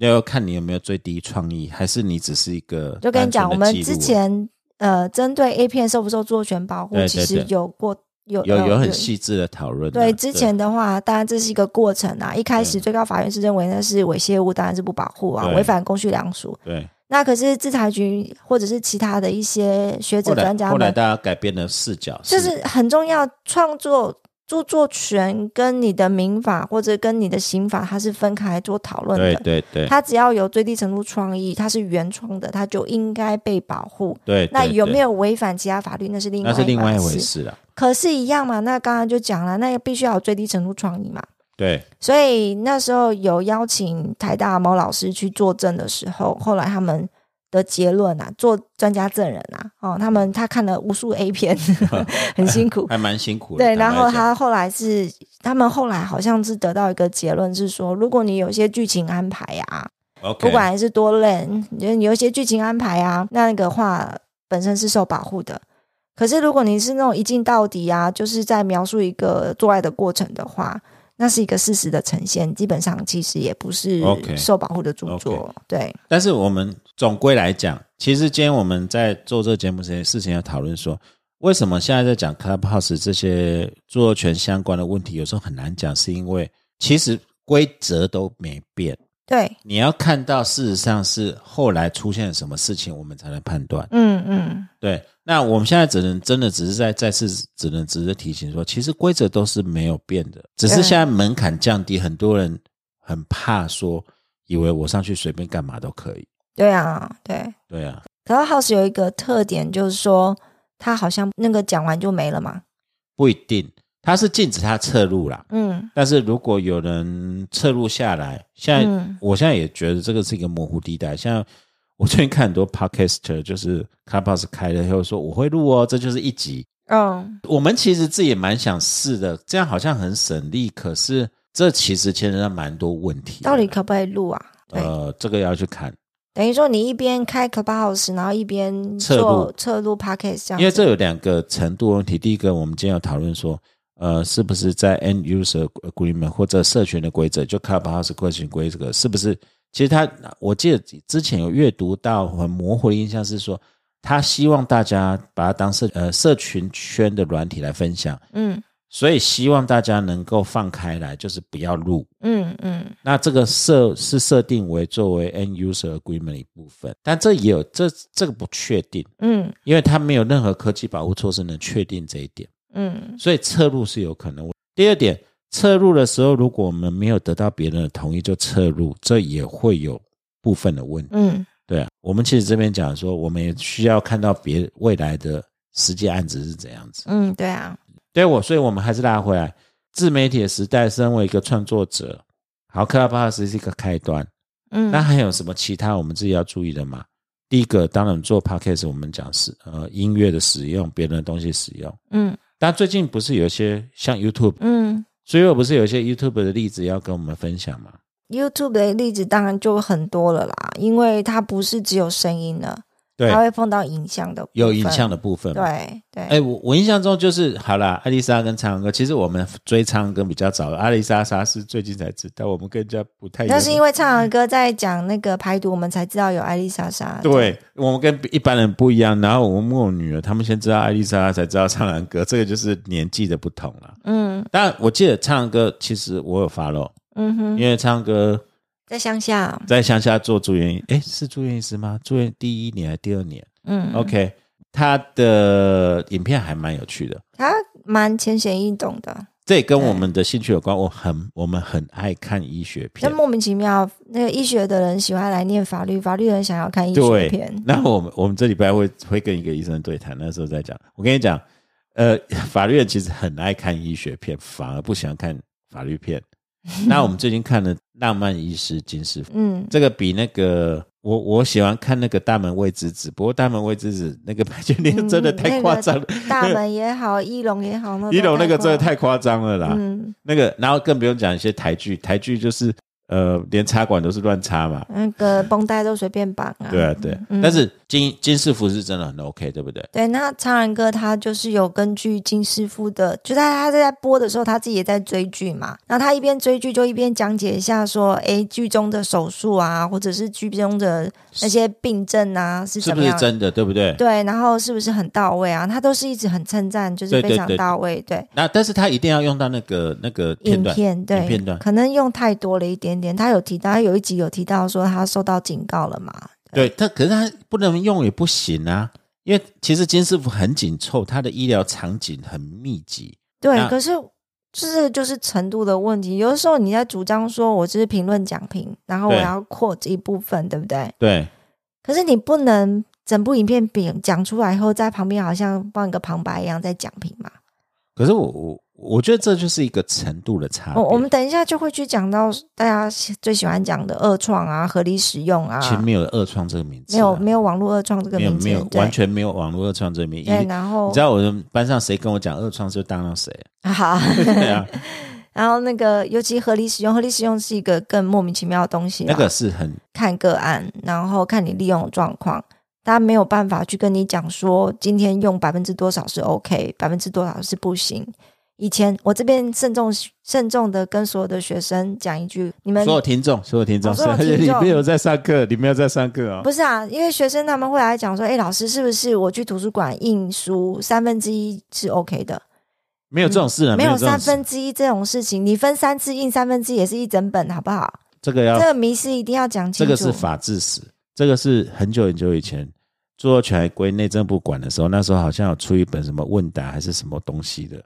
C: 要看你有没有最低创意，还是你只是一个
A: 就跟你讲，我
C: 单纯的
A: 们
C: 记录啊
A: 之前呃，针对 A 片受不受著作权保护，
C: 对对
A: 其实
C: 对
A: 有过有呃
C: 有有很
A: 有
C: 细致的讨论啊。
A: 对，之前的话，当然这是一个过程啊。一开始
C: 对
A: 最高法院是认为那是猥亵物，当然是不保护啊，
C: 对
A: 违反公序良俗。
C: 对，
A: 那可是制裁局或者是其他的一些学
C: 后
A: 者专
C: 来
A: 家
C: 后来
A: 们，
C: 大家改变了视角，
A: 这是很重要。创作著作权跟你的民法或者跟你的刑法，它是分开来做讨论
C: 对
A: 的。
C: 对对
A: 它只要有最低程度创意，它是原创的，它就应该被保护。
C: 对。
A: 那
C: 对
A: 有没？
C: 对
A: 有违反其他法律，那是另外
C: 那是另外一
A: 一
C: 回
A: 回事。
C: 事了。
A: 可是，一样嘛？那刚刚就讲了，那个必须要有最低程度创意嘛。
C: 对，
A: 所以那时候有邀请台大某老师去作证的时候，后来他们的结论啊，做专家证人啊，哦，他们他看了无数 A 片，很辛 苦。
C: 还蛮辛苦的。
A: 对，
C: 坦
A: 然
C: 白
A: 后
C: 讲
A: 他后来是，他们后来好像是得到一个结论是说，如果你有一些剧情安排啊，
C: OK，
A: 不管是多烂，你有一些剧情安排啊，那个话本身是受保护的。可是如果你是那种一镜到底啊，就是在描述一个做爱的过程的话，那是一个事实的呈现，基本上其实也不是
C: OK
A: 受保护的著作。对，
C: 但是我们总归来讲，其实今天我们在做这个节目之前，事情要讨论说，为什么现在在讲 Clubhouse 这些著作权相关的问题，有时候很难讲，是因为其实规则都没变。
A: 对，
C: 你要看到，事实上是后来出现了什么事情，我们才能判断。
A: 嗯嗯，
C: 对，那我们现在只能真的只是在再次只能只是提醒说，其实规则都是没有变的，只是
A: 对
C: 现在门槛降低，很多人很怕说，以为我上去随便干嘛都可以。
A: 对啊，对。
C: 对啊，
A: 可是 House 有一个特点，就是说他好像那个讲完就没了嘛。
C: 不一定，它是禁止他侧入啦。
A: 嗯
C: 但是如果有人侧入下来，现在、
A: 嗯
C: 我现在也觉得这个是一个模糊地带。像我最近看很多 podcaster，就是 Clubhouse 开了以后说我会录哦，这就是一集。
A: 嗯，
C: 我们其实自己也蛮想试的，这样好像很省力，可是这其实牵扯到蛮多问题的。
A: 到底可不可以录啊？对，
C: 呃，这个要去看，
A: 等于说你一边开 Clubhouse，然后一边
C: 侧
A: 做
C: 录
A: 侧录 Podcast 这样子，
C: 因为这有两个程度问题。第一个，我们今天有讨论说，呃，是不是在 end user agreement 或者社群的规则，就 Clubhouse 社群规则，是不是？其实他，我记得之前有阅读到很模糊的印象是说，他希望大家把它当社呃社群圈的软体来分享，
A: 嗯
C: 所以希望大家能够放开来，就是不要录。
A: 嗯嗯
C: 那这个设是设定为作为 end user agreement 的一部分，但这也有这这个不确定，
A: 嗯
C: 因为它没有任何科技保护措施能确定这一点，
A: 嗯
C: 所以侧录是有可能。第二点，撤入的时候，如果我们没有得到别人的同意就撤入，这也会有部分的问题。
A: 嗯
C: 对啊，我们其实这边讲说，我们也需要看到别未来的实际案子是怎样子。
A: 嗯，对啊，
C: 对我，所以我们还是拉回来，自媒体的时代，身为一个创作者，好，Clubhouse 是一个开端。
A: 嗯
C: 那还有什么其他我们自己要注意的吗？第一个，当然做 podcast，我们讲是呃音乐的使用，别人的东西使用。
A: 嗯
C: 但最近不是有一些像 YouTube，
A: 嗯
C: 所以我不是有一些 YouTube 的例子要跟我们分享吗？
A: ，YouTube 的例子当然就很多了啦，因为它不是只有声音了，
C: 对
A: 它，会碰到影像的，
C: 有影像，的部分嘛。
A: 对对，
C: 哎，我我印象中就是好啦，艾丽莎跟唱歌，其实我们追唱歌比较早，艾丽莎莎是最近才知道，我们跟人家不太一样。
A: 那是因为唱儿歌在讲那个排毒，我们才知道有艾丽莎莎。
C: 对我们跟一般人不一样，然后我问我女儿，他们先知道艾丽莎，才知道唱兰歌，这个就是年纪的不同了。
A: 嗯
C: 当然，我记得唱歌其实我有 follow，
A: 嗯哼，
C: 因为唱歌
A: 在乡下，
C: 在乡下做住院医，诶，是住院医师吗？住院第一年还是第二年、
A: 嗯
C: o k 他的影片还蛮有趣的，
A: 他蛮浅显易懂的，
C: 这也跟
A: 对
C: 我们的兴趣有关。我很我们很爱看医学
A: 但
C: 片，
A: 莫名其妙，那个医学的人喜欢来念法律，法律人想要看医学
C: 对
A: 片。。
C: 那我们我们这礼拜会会跟一个医生对谈，那时候在讲，我跟你讲，呃， 法律人其实很爱看医学片，反而不喜欢看法 律片。那我们最近看了《浪漫医师金师傅》。
A: 嗯，
C: 这个比那个我我喜欢看那个大门未知子，不过大门未知子那个白金链
A: 嗯
C: 真的太夸张了，
A: 大门也好，一龙也 好，那
C: 一楼那个真
A: 这
C: 的太夸张了啦。
A: 嗯
C: 那个然后更不用讲一些台剧，台剧就是呃连插管都是乱插嘛，
A: 那个绷带都随便绑啊。
C: 对啊对啊。
A: 嗯
C: 但是金金师傅是真的很 OK，对不对？
A: 对，那苍然哥他就是有根据金师傅的，就在他在播的时候，他自己也在追剧嘛。然后他一边追剧就一边讲解一下说，诶，剧中的手术啊，或者是剧中的那些病症啊是
C: 是
A: 怎
C: 不
A: 么
C: 是
A: 样？
C: 真的？对不对？
A: 对，然后是不是很到位啊？他都是一直很称赞，就是
C: 对对
A: 非常
C: 对
A: 到位。对，
C: 那但是他一定要用到那个那个片
A: 影
C: 段，
A: 片对
C: 片段
A: 可能用太多了一点点。他有提到，他有一集有提到说他受到警告了嘛？
C: 对，他可是他不能用也不行啊，因为其实金师傅很紧凑，他的医疗场景很密集，
A: 对，
C: 那
A: 可是就是就是程度的问题。有的时候你在主张说我就是评论讲评，然后我
C: 对
A: 要扩这一部分，对不对？
C: 对。
A: 可是你不能整部影片饼讲出来以后，在旁边好像放一个旁白一样在讲评嘛。
C: 可是我我我觉得这就是一个程度的差别。
A: 我哦我们等一下就会去讲到大家喜最喜欢讲的二创啊、合理使用啊，
C: 其实没有二创这个名字啊，
A: 没有没有网络二创这个
C: 没有
A: 名
C: 没有
A: 字，对
C: 完全没有网络二创这个名字。
A: 对，
C: 你
A: 然后
C: 知道我们班上谁跟我讲二创就当到谁，
A: 好。
C: 对啊，
A: 然后那个，尤其合理使用，合理使用是一个更莫名其妙的东西啦。
C: 那个是很
A: 看个案，然后看你利用的状况。他没有办法去跟你讲说，今天用百分之多少是 OK，百分之多少是不行。以前我这边慎重慎重的跟所有的学生讲一句，你们
C: 所有听众，所有听众，
A: 哦所有
C: 是
A: 听
C: 你
A: 众
C: 没有在上课，你没有在上课哦。
A: 不是啊，因为学生他们会来讲说，哎，老师是不是我去图书馆印书三分之一是 OK 的？
C: 没有这种事啊，
A: 没
C: 有
A: 有
C: 这种
A: 三
C: 事，
A: 分之一这种事情，你分三次印三分之一也是一整本，好不好？
C: 这个要
A: 这个迷失一定要讲
C: 这
A: 清楚。
C: 个是法治史，这个是很久很久以前著作权还归内政部管的时候，那时候好像有出一本什么问答还是什么东西 的。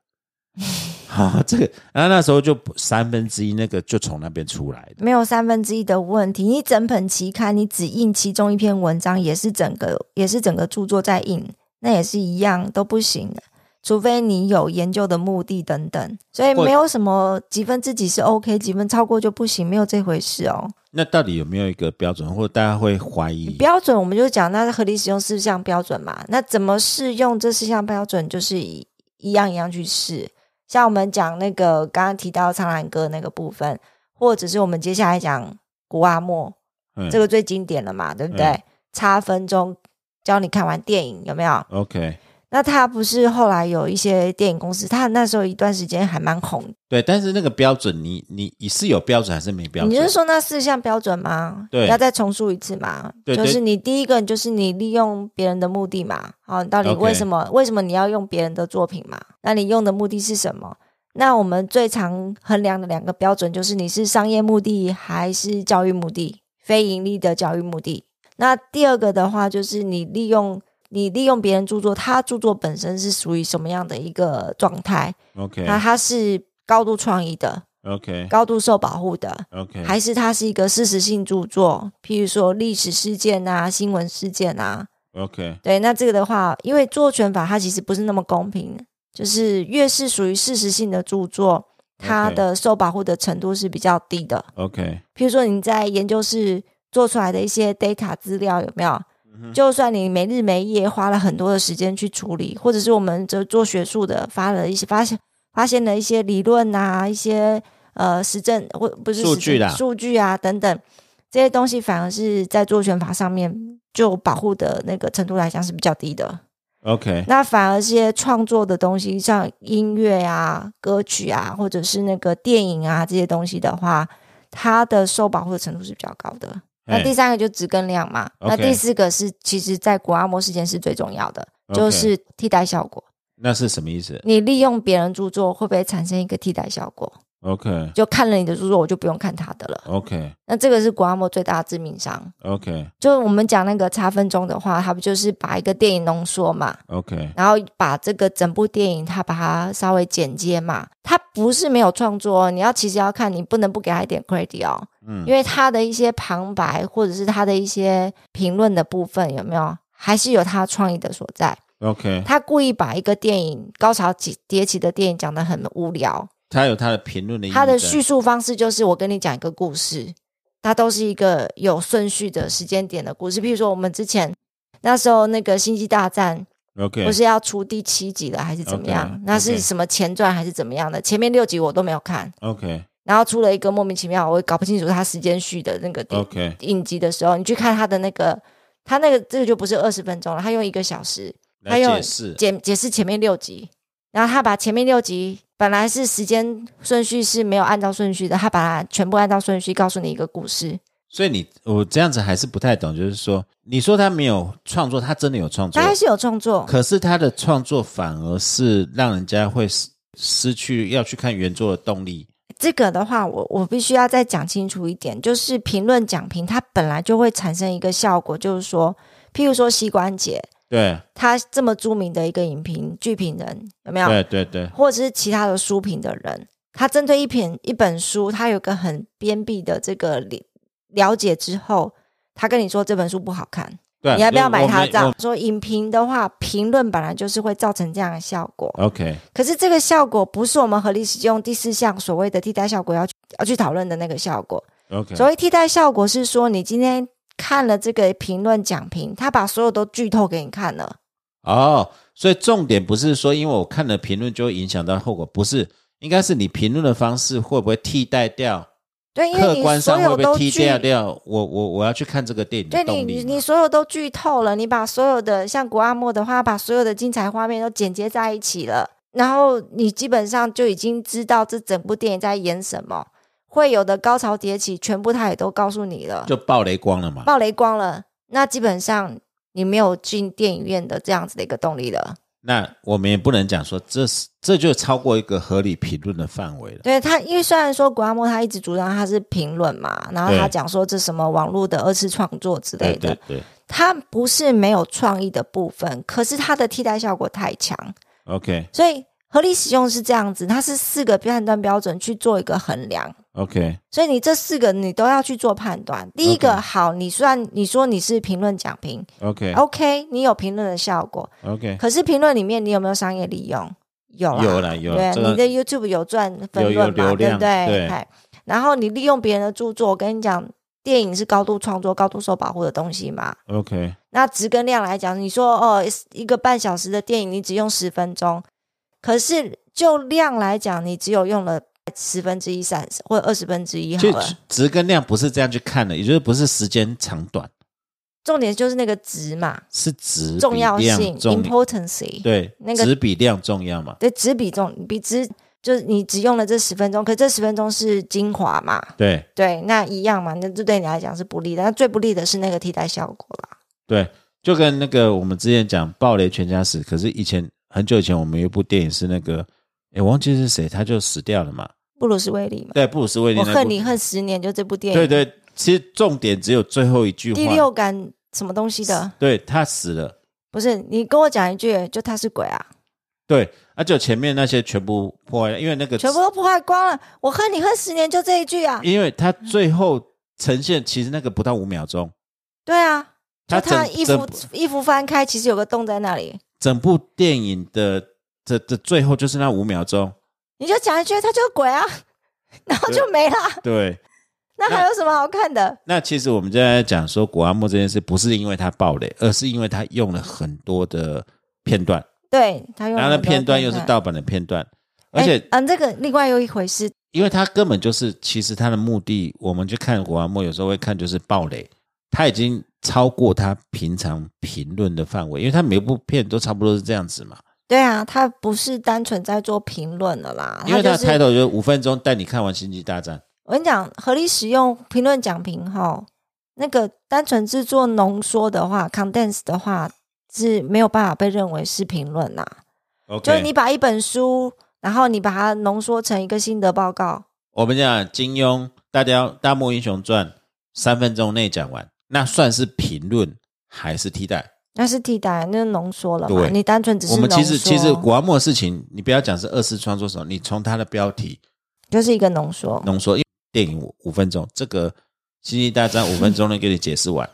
C: 好、这个，然后那时候就三分之一那个就从那边出来的，
A: 没有三分之一的问题。你整本期刊，你只印其中一篇文章，也是整个也是整个著作在印，那也是一样都不行的。除非你有研究的目的等等，所以
C: 或
A: 没有什么几分之几是 OK，几分超过就不行，没有这回事哦。
C: 那到底有没有一个标准，或者大家会怀疑？
A: 标准我们就讲，那合理使用四项标准嘛，那怎么适用这四项标准，就是一一样一样去试。像我们讲那个刚刚提到苍兰哥那个部分，或者是我们接下来讲古阿莫，
C: 嗯
A: 这个最经典了嘛，对不对？
C: 嗯
A: 差分钟教你看完电影有没有？
C: OK，
A: 那他不是后来有一些电影公司，他那时候一段时间还蛮红。
C: 对，但是那个标准你，你你是有标准还是没标
A: 你
C: 准？
A: 是说那四项标准吗？
C: 对
A: 要再重述一次嘛？
C: 对
A: 就是
C: 对
A: 你第一个就是你利用别人的目的嘛，好，你到底
C: OK
A: 为什么为什么你要用别人的作品嘛？那你用的目的是什么？那我们最常衡量的两个标准就是你是商业目的还是教育目的，非盈利的教育目的。那第二个的话，就是你利用你利用别人著作，他著作本身是属于什么样的一个状态？
C: OK，
A: 那它是高度创意的、
C: OK
A: 高度受保护的，
C: OK，
A: 还是它是一个事实性著作，譬如说历史事件啊、新闻事件啊。
C: OK
A: 对，那这个的话，因为作权法它其实不是那么公平，就是越是属于事实性的著作，它
C: OK
A: 的受保护的程度是比较低的。
C: OK，
A: 譬如说你在研究室做出来的一些 data 资料有没有？
C: 嗯
A: 就算你没日没夜花了很多的时间去处理，或者是我们这做学术的发了一些发现发现了一些理论啊，一些呃实证或不是实证
C: 数据啦
A: 数据啊等等这些东西，反而是在做选法上面就保护的那个程度来讲是比较低的。
C: OK
A: 那反而这些创作的东西，像音乐啊、歌曲啊，或者是那个电影啊这些东西的话，它的受保护的程度是比较高的。那
C: 嘿
A: 第三个就质跟量嘛，那
C: 哎 OK
A: 第四个是其实在古阿摩事件是最重要的，
C: OK
A: 就是替代效果。
C: 那是什么意思
A: 你利用别人著作会不会产生一个替代效果？
C: ？OK
A: 就看了你的著作，我就不用看他的了。
C: OK
A: 那这个是古阿摩最大的致命伤。
C: OK
A: 就是我们讲那个差分钟的话，它不就是把一个电影浓缩嘛？
C: OK
A: 然后把这个整部电影，他把它稍微剪接嘛，他不是没有创作哦，你要其实要看，你不能不给他一点 credit 哦，
C: 嗯
A: 因为他的一些旁白或者是他的一些评论的部分有没有，还是有他创意的所在。
C: OK，
A: 他故意把一个电影高潮起迭起的电影讲得很无聊，
C: 他有他的评论的意义在，
A: 他的叙述方式就是我跟你讲一个故事，它都是一个有顺序的时间点的故事。譬如说我们之前那时候那个星际大战。
C: OK
A: 不是要出第七集了，还是怎么样
C: OK，
A: 那是
C: OK
A: 什么前传还是怎么样的？前面六集我都没有看，
C: OK
A: 然后出了一个莫名其妙，我也搞不清楚它时间序的那个地
C: OK
A: 影集的时候，你去看它的那个，它那个这个就不是二十分钟了，它用一个小时还
C: 来
A: 有
C: 解释
A: 解解释前面六集，然后他把前面六集本来是时间顺序是没有按照顺序的，他把它全部按照顺序告诉你一个故事，
C: 所以你我这样子还是不太懂，就是说，你说他没有创作，他真的有创作
A: 他，还是有创作，
C: 可是他的创作反而是让人家会失失去要去看原作的动力。
A: 这个的话，我我必须要再讲清楚一点，就是评论讲评，它本来就会产生一个效果，就是说，譬如说膝关节，
C: 对
A: 他这么著名的一个影评剧评人，有没有？
C: 对对对
A: 或者是其他的书评的人，他针对一篇一本书，他有个很边壁的这个了了解之后，他跟你说这本书不好看，
C: 对，
A: 你要不要买
C: 我
A: 他
C: 们
A: 的账
C: 我？
A: 说影评的话，评论本来就是会造成这样的效果。
C: ？OK
A: 可是这个效果不是我们合理使用第四项所谓的替代效果要去要去讨论的那个效果。
C: OK
A: 所谓替代效果是说，你今天看了这个评论讲评，他把所有都剧透给你看了。
C: 哦，所以重点不是说因为我看了评论就会影响到后果，不是，应该是你评论的方式会不会替代掉，
A: 对，因为
C: 客观
A: 你所
C: 上会
A: 有
C: 不
A: 都
C: 会替
A: 剧，
C: 代掉我我我要去看这个电影
A: 对
C: 的
A: 你
C: 动力
A: 你
C: 嘛？
A: 你所有都剧透了，你把所有的像古阿莫的话，把所有的精彩画面都剪接在一起了，然后你基本上就已经知道这整部电影在演什么，会有的高潮迭起，全部他也都告诉你了。
C: 就爆雷光了嘛？
A: 爆雷光了，那基本上你没有进电影院的这样子的一个动力了。
C: 那我们也不能讲说这是这就超过一个合理评论的范围了。
A: 对他，因为虽然说古阿莫他一直主张他是评论嘛，然后
C: 对
A: 他讲说这什么网络的二次创作之类的，
C: 对哎对对
A: 他不是没有创意的部分，可是他的替代效果太强，
C: ，OK
A: 所以合理使用是这样子，它是四个判断标准去做一个衡量。
C: OK
A: 所以你这四个你都要去做判断。第一个
C: OK
A: 好，你虽然你说你是评论讲评
C: OK
A: ，OK，你有评论的效果，
C: OK，
A: 可是评论里面你有没有商业利用？有啦，
C: 有啦有啦
A: 对，啊
C: 这个
A: 你的 YouTube 有赚分润
C: 有
A: 嘛，
C: 有流
A: 对不
C: 量
A: 对？
C: 对
A: 嗨然后你利用别人的著作，我跟你讲，电影是高度创作、高度受保护的东西嘛。
C: OK
A: 那值跟量来讲，你说哦，一个半小时的电影你只用十分钟，可是就量来讲，你只有用了十分之一、三或者二十分之一好
C: 就
A: 了。
C: 值跟量不是这样去看的，也就是不是时间长短，
A: 重点就是那个值嘛，
C: 是值比
A: 重要
C: 量
A: 性
C: 重
A: （importancy）。
C: 对
A: 那个
C: 值比量重要嘛？
A: 对，只比重比只就是你只用了这十分钟，可这十分钟是精华嘛？
C: 对
A: 对，那一样嘛，那这对你来讲是不利的。那最不利的是那个替代效果啦。
C: 对，就跟那个我们之前讲《暴雷全家死》，可是以前很久以前我们有一部电影是那个，诶，我忘记是谁，他就死掉了嘛？
A: 布鲁斯威利嘛，
C: 对，布鲁斯威利
A: 我
C: 那部
A: 恨你恨十年，就这部电影，
C: 对对，其实重点只有最后一句话。
A: 第六感什么东西的？
C: 对他死了，
A: 不是你跟我讲一句，就他是鬼啊，
C: 对，而且前面那些全部破坏，因为那个
A: 全部都破坏光了。我恨你恨十年，就这一句啊。
C: 因为他最后呈现其实那个不到五秒钟，
A: 对啊，就
C: 他
A: 他
C: 整
A: 衣服
C: 整
A: 衣服翻开，其实有个洞在那里。
C: 整部电影的的的最后就是那五秒钟，
A: 你就讲一句，他就是鬼啊， 然后
C: 对
A: 就没啦。
C: 对。
A: 那还
C: 那
A: 有什么好看的？
C: 那其实我们现在讲说古阿莫这件事，不是因为他暴雷，而是因为他用了很多的片段，
A: 对他用
C: 然后
A: 了
C: 那
A: 很多
C: 片段又是盗版的片段，而且
A: 哎嗯，这个另外有一回事，
C: 因为他根本就是，其实他的目的，我们去看古阿莫有时候会看就是暴雷，他已经超过他平常评论的范围，因为他每部片都差不多是这样子嘛，
A: 对啊，他不是单纯在做评论了啦，
C: 因为他
A: 啊就
C: 的
A: 是
C: title 就是五分钟带你看完《星际大战》，
A: 我跟你讲，合理使用评论讲评哈，那个单纯制作浓缩的话，condense 的话是没有办法被认为是评论啦。
C: OK，
A: 就是你把一本书，然后你把它浓缩成一个心得报告，
C: 我们讲金庸，大家《大漠英雄传》三分钟内讲完，那算是评论还是替代？
A: 那是替代，那就浓缩了嘛。
C: 对
A: 你单纯只是
C: 我们其实
A: 浓缩
C: 其实古阿莫的事情，你不要讲是二次创作什么，你从他的标题
A: 就是一个浓缩，
C: 浓缩，因为电影五五分钟，这个《星际大战》五分钟能给你解释完，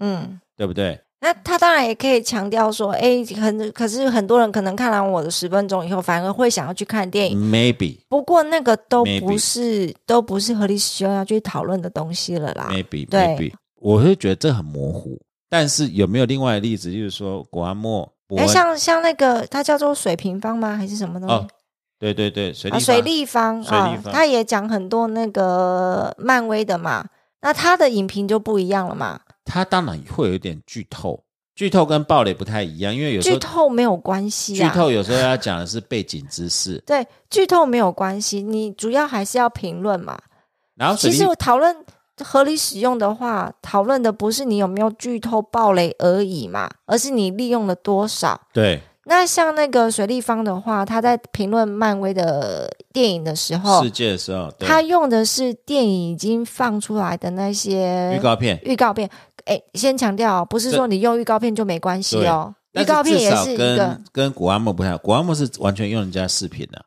A: 嗯。
C: 对不对？
A: 那他当然也可以强调说，哎，很可是很多人可能看完我的十分钟以后，反而会想要去看电影。
C: Maybe
A: 不过那个都
C: 嗯 Maybe
A: 不是都不是合理使用要去讨论的东西了啦。
C: maybe
A: 对
C: maybe，我会觉得这很模糊。但是有没有另外的例子，就是说古阿莫伯
A: 哎，
C: 恩
A: 像像那个它叫做水平方吗？还是什么东西？
C: 哦，对对对，水立
A: 啊，水立方
C: 水立
A: 啊，
C: 方
A: 他也讲很多那个漫威的嘛，那他的影评就不一样了嘛。
C: 他当然会有一点剧透，剧透跟暴雷不太一样，因为有时
A: 剧
C: 候
A: 透没有关系
C: 剧
A: 啊，
C: 透有时候要讲的是背景知识，
A: 对剧透没有关系，你主要还是要评论嘛。
C: 然后水
A: 其
C: 立
A: 实我讨论合理使用的话，讨论的不是你有没有剧透暴雷而已嘛，而是你利用了多少。
C: 对
A: 那像那个水立方的话，他在评论漫威的电影的时候
C: 世，界的时候，
A: 哦
C: 对
A: 他用的是电影已经放出来的那些
C: 预告片，
A: 预告片。哎，先强调哦，不是
C: 这
A: 说你用预告片就没关系哦。
C: 但
A: 预
C: 是
A: 告片
C: 至
A: 也
C: 少
A: 是一个
C: 跟跟古阿莫不太，古阿莫是完全用人家视频的、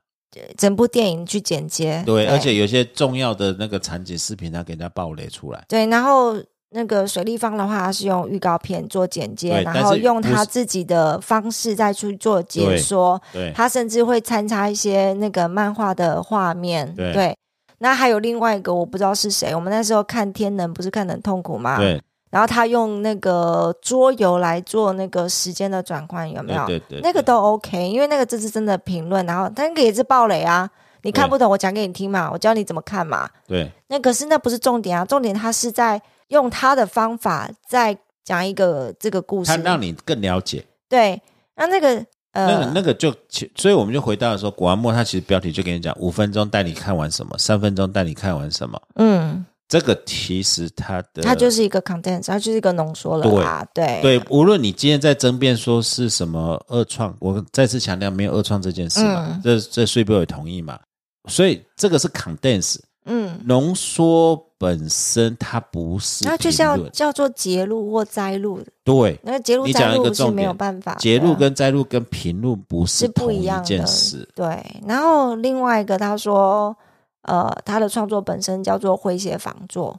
A: 整部电影去剪接，
C: 对，而且有些重要的那个场景视频，他给人家暴雷出来，
A: 对，然后那个水立方的话，他是用预告片做剪接，
C: 对
A: 然
C: 但
A: 后
C: 是
A: 用
C: 不
A: 他
C: 是
A: 自己的方式再去做解
C: 对哎
A: 说，
C: 对
A: 他甚至会参插一些那个漫画的画面，
C: 对
A: 那还有另外一个我不知道是谁，我们那时候看《天能》不是看得很痛苦吗？。
C: 对
A: 然后他用那个桌游来做那个时间的转换，有没有？
C: 对对对，
A: 那个
C: 对
A: 都 OK，因为那个这是真的评论，然后但那个也是暴雷啊，你看
C: 对
A: 不懂我讲给你听嘛，我教你怎么看嘛。
C: 对
A: 那可是那不是重点啊，重点他是在用他的方法在讲一个这个故事，
C: 他让你更了解。
A: 对，那那个
C: 那个
A: 呃，
C: 那个就其，所以我们就回到说，古阿莫他其实标题就跟你讲，五分钟带你看完什么，三分钟带你看完什么。
A: 嗯，
C: 这个其实他的，
A: 它就是一个 content，它就是一个浓缩了啦，对
C: 对，无论你今天在争辩说是什么恶创，我再次强调没有恶创这件事嘛，
A: 嗯
C: 这这税博也同意嘛，所以这个是 condense
A: 嗯，
C: 浓缩本身，它不是
A: 那就
C: 评
A: 叫
C: 论
A: 叫做截录或摘录，
C: 对
A: 那个截录
C: 你
A: 摘
C: 讲一
A: 录
C: 个
A: 是
C: 重
A: 没有
C: 点
A: 办法，
C: 截
A: 对
C: 录
A: 啊
C: 跟摘录跟评论不是
A: 是不
C: 同
A: 一样的
C: 件事，
A: 对，然后另外一个他说，呃，他的创作本身叫做诙谐仿作，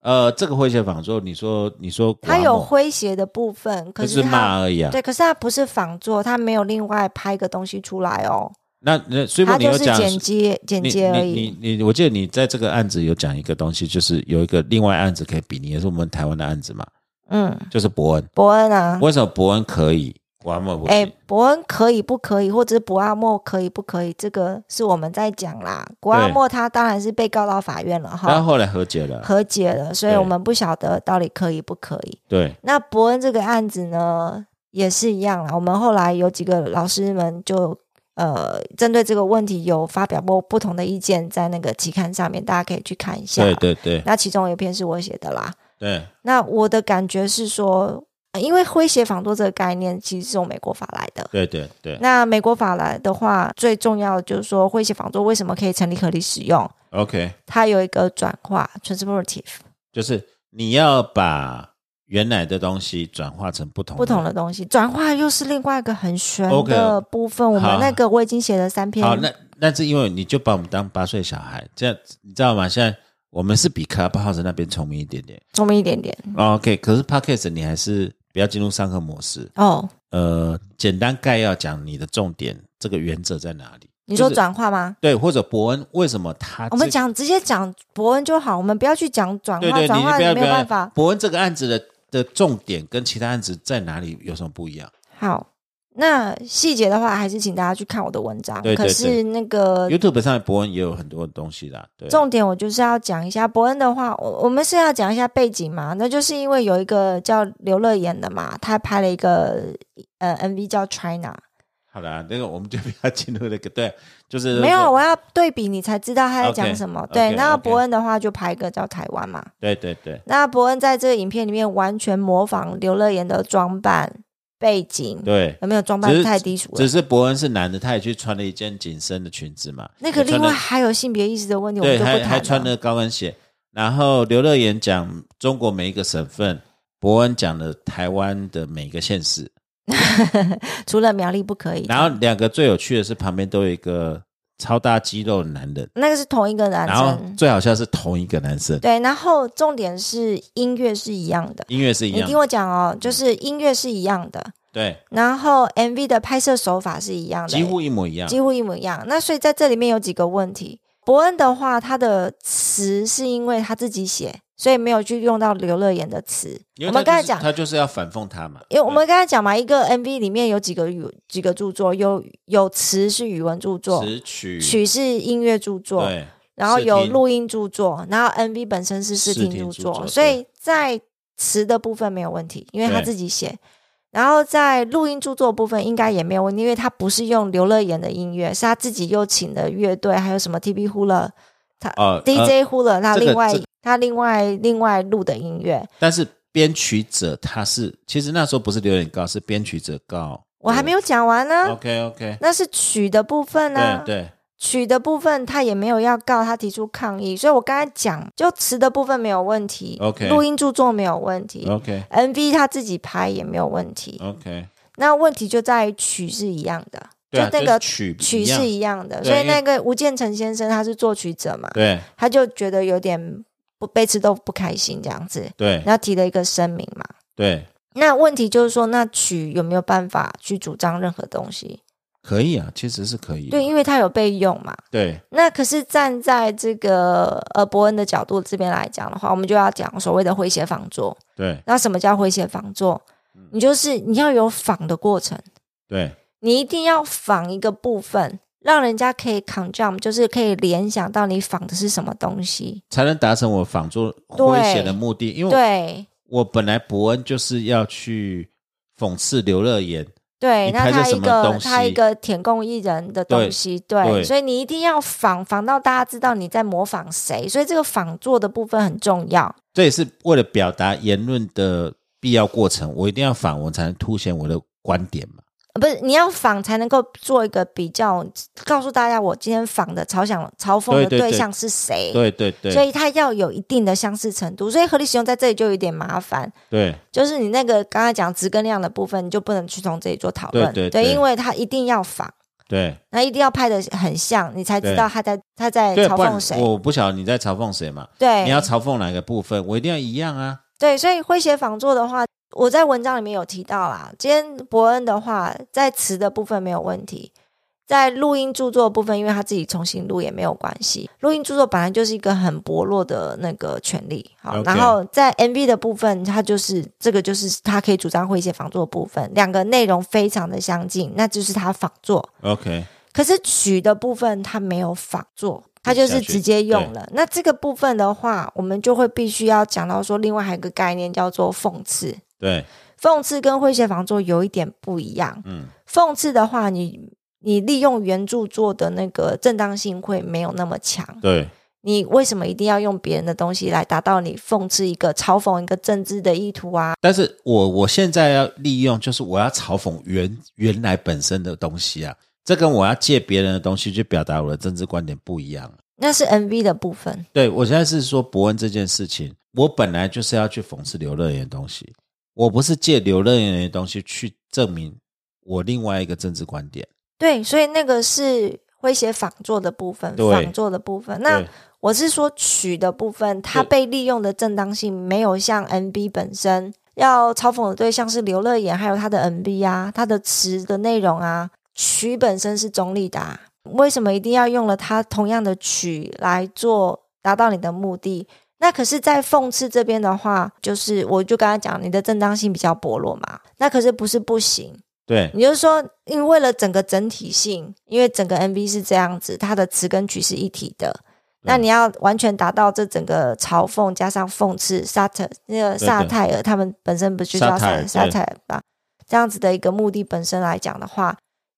C: 呃，这个诙谐仿说，你说你说古阿
A: 它有
C: 莫
A: 诙谐的部分，可
C: 哦就是是
A: 它
C: 骂而已啊，
A: 对，可是他不是仿作，他没有另外拍个东西出来哦，
C: 那那所以
A: 他
C: 你
A: 就
C: 有
A: 是
C: 讲
A: 剪接剪
C: 你
A: 接而
C: 你
A: 已。
C: 你你，我记得你在这个案子有讲一个东西，就是有一个另外案子可以比拟，也是我们台湾的案子嘛，
A: 嗯，
C: 就是伯恩。
A: 伯恩啊，
C: 为什么伯恩可以，古阿莫不
A: 哎
C: 行？，
A: 伯恩可以不可以，或者是博阿莫可以不可以，这个是我们在讲啦。博阿
C: 对
A: 莫他当然是被告到法院了
C: 但
A: 哈，
C: 后来和解了，
A: 和解了，所以
C: 对
A: 我们不晓得到底可以不可以。
C: 对
A: 那伯恩这个案子呢，也是一样啦。我们后来有几个老师们就呃，针对这个问题有发表过不同的意见，在那个期刊上面，大家可以去看一下。
C: 对对对
A: 那其中有一篇是我写的啦。
C: 对，
A: 那我的感觉是说，呃因为诙谐仿作这个概念其实是从美国法来的。
C: 对对对
A: 那美国法来的话，最重要的就是说诙谐仿作为什么可以成立合理使用？
C: ，OK，嗯
A: 它有一个转化 （transformative）。
C: 就是你要把原来的东西转化成不同
A: 不同的东西，转化又是另外一个很玄的
C: OK，
A: 部分。我们
C: 好
A: 那个我已经写了三篇，
C: 好，那那是因为你就把我们当八岁小孩，这样你知道吗？现在我们是比 Clubhouse 那边聪明一点点。哦
A: 聪明一点点
C: OK，可是 Podcast 你还是不要进入上课模式。
A: 哦。
C: 呃，简单概要讲你的重点，这个原则在哪里？
A: 你说
C: 就是
A: 转化吗？
C: 对，或者伯恩为什么他这
A: 我们讲直接讲伯恩就好，我们不要去讲转
C: 对
A: 化，
C: 对，
A: 转
C: 你
A: 化
C: 不要
A: 也
C: 不
A: 没有办
C: 要
A: 法。
C: 伯恩这个案子的的重点跟其他案子在哪里有什么不一样
A: 好，那细节的话，还是请大家去看我的文章。
C: 对对
A: 可是那个
C: ？YouTube 上的伯恩也有很多东西啦，对
A: 呃
C: 啊，
A: 重点，我就是要讲一下伯恩的话，我我们是要讲一下背景嘛？那就是因为有一个叫刘乐言的嘛，他拍了一个呃 MV 叫 China，
C: 好啦，那个我们就不要进入那个，对，就是
A: 没有，我要对比你才知道他在
C: OK，
A: 讲什么。
C: OK，
A: 对
C: OK
A: 那伯恩的话就拍一个叫台湾嘛。
C: 对对对
A: 那伯恩在这个影片里面完全模仿刘乐言的装扮背景，
C: 对，
A: 有没有装扮
C: 只是
A: 太低俗了
C: 只？是伯恩是男的，他也去穿了一件紧身的裙子嘛，
A: 那个
C: 也穿
A: 另
C: 了
A: 外还有性别意识的问题，我们
C: 对，
A: 就不
C: 还还
A: 谈
C: 穿
A: 了。
C: 了高跟鞋。然后刘乐言讲中国每一个省份，伯恩讲了台湾的每一个县市。
A: 除了苗栗不可以，
C: 然后两个最有趣的是，旁边都有一个超大肌肉的男人，
A: 那个是同一个男
C: 然后
A: 生。
C: 最好笑是同一个男生，
A: 对，然后重点是音乐是一样的。
C: 音乐是一
A: 你
C: 样嗯
A: 听
C: 的，
A: 我讲哦，就是音乐是一样的，
C: 对，
A: 然后 MV 的拍摄手法是一样的，
C: 几乎一模一样。
A: 几乎一模一样。那所以在这里面有几个问题。伯恩的话，他的词是因为他自己写，所以没有去用到刘乐言的词。
C: 因为
A: 我们
C: 他
A: 刚
C: 就
A: 才
C: 是
A: 讲，
C: 他就是要反讽他嘛，
A: 因为我们刚才讲嘛，一个 MV 里面有几个语几个著作，有有词是语文著作，
C: 词曲
A: 曲是音乐著作，
C: 对
A: 然后
C: 视
A: 有
C: 听
A: 录音著作，然后 MV 本身是视
C: 视
A: 听
C: 听
A: 著
C: 著
A: 作，
C: 作
A: 所
C: 对
A: 以在词的部分没有问题，因为他
C: 对
A: 自己写。然后在录音著作部分应该也没有问题，因为他不是用刘乐言的音乐，是他自己又请的乐队，还有什么 TB Hula、
C: 呃
A: DJ Hula，他
C: 这个
A: 另外
C: 这个
A: 他另外另外录的音乐。
C: 但是编曲者他是，其实那时候不是刘点告，是编曲者告。
A: 我还没有讲完呢，
C: OK OK，
A: 那是曲的部分呢、
C: 对对
A: 曲的部分他也没有要告，他提出抗议，所以我刚才讲，就词的部分没有问题
C: OK
A: 录音著作没有问题
C: ，OK
A: MV 他自己拍也没有问题。
C: OK，
A: 那问题就在于曲是一样的，
C: 对啊，
A: 那个
C: 就是
A: 曲
C: 曲一样
A: 是一样的，
C: 对
A: 所以
C: 因为
A: 那个吴建成先生他是作曲者嘛，
C: 对
A: 他就觉得有点不被吃豆腐不开心这样子，
C: 对
A: 然后提了一个声明嘛。
C: 对，
A: 那问题就是说，那曲有没有办法去主张任何东西？
C: 可以啊，其实是可以的。
A: 对，因为他有被用嘛。
C: 对
A: 那可是站在这个呃伯恩的角度这边来讲的话，我们就要讲所谓的诙谐仿作。
C: 对
A: 那什么叫诙谐仿作？
C: 嗯
A: 你就是你要有仿的过程，
C: 对
A: 你一定要仿一个部分，让人家可以 c o n j u m 就是可以联想到你仿的是什么东西。
C: 才能达成我仿作诙谐的目的。因为
A: 对
C: 我本来伯恩就是要去讽刺刘乐言，
A: 对，
C: 你
A: 那
C: 拍
A: 他
C: 这
A: 一
C: 什么
A: 个
C: 东西
A: 他一个舔共艺人的东西，对，
C: 对
A: 所以你一定要仿仿到大家知道你在模仿谁，所以这个仿作的部分很重要。
C: 这也是为了表达言论的必要过程。我一定要反，我才能凸显我的观点嘛。
A: 呃不是你要仿才能够做一个比较，告诉大家我今天仿的嘲想嘲讽的
C: 对对对
A: 对象是谁，
C: 对对对，
A: 所以它要有一定的相似程度，所以合理使用在这里就有点麻烦，
C: 对
A: 就是你那个刚才讲值跟量的部分，你就不能去从这里做讨论，
C: 对对对
A: 因为它一定要仿，
C: 对
A: 那一定要拍的很像，你才知道他在他在
C: 对，
A: 嘲
C: 不然
A: 讽谁，
C: 我不晓得你在嘲讽谁嘛。你要
A: 对
C: 嘲讽哪个部分，我一定要一样啊。
A: 对，所以诙谐仿作的话。我在文章里面有提到啦，今天伯恩的话，在词的部分没有问题，在录音著作的部分，因为他自己重新录也没有关系。录音著作本来就是一个很薄弱的那个权利，好
C: OK
A: 然后在 MV 的部分，它就是这个就是他可以主张会一些仿作的部分，两个内容非常的相近，那就是他仿作。
C: OK，
A: 可是曲的部分他没有仿作，他就是直接用了。那这个部分的话，我们就会必须要讲到说，另外还有一个概念叫做讽刺。
C: 对
A: 讽刺跟诙谐仿作有一点不一样。
C: 嗯，
A: 讽刺的话，你你利用原著做的那个正当性会没有那么强。
C: 对
A: 你为什么一定要用别人的东西来达到你讽刺一个、嘲讽一个政治的意图啊？
C: 但是我我现在要利用，就是我要嘲讽原原来本身的东西啊，这跟我要借别人的东西去表达我的政治观点不一样。
A: 那是 MV 的部分。
C: 对我现在是说伯恩这件事情，我本来就是要去讽刺刘乐言的东西，我不是借刘乐言的东西去证明我另外一个政治观点。
A: 对，所以那个是诙谐仿作的部分，
C: 对
A: 仿作的部分。那
C: 对
A: 我是说曲的部分，它
C: 对
A: 被利用的正当性没有像 MV 本身要嘲讽的对象是刘乐言，还有他的 MV 啊，他的词的内容啊，曲本身是中立的、啊，为什么一定要用了他同样的曲来做达到你的目的？那可是，在讽刺这边的话，就是我就跟他讲，你的正当性比较薄弱嘛。那可是不是不行，
C: 对
A: 你就说，因为为了整个整体性，因为整个 MV 是这样子，它的词跟曲是一体的。那你要完全达到这整个嘲讽加上讽刺，沙特那个
C: 对
A: 萨泰尔他们本身不就叫
C: 萨泰尔
A: 萨
C: 对
A: 萨泰尔吧？这样子的一个目的本身来讲的话，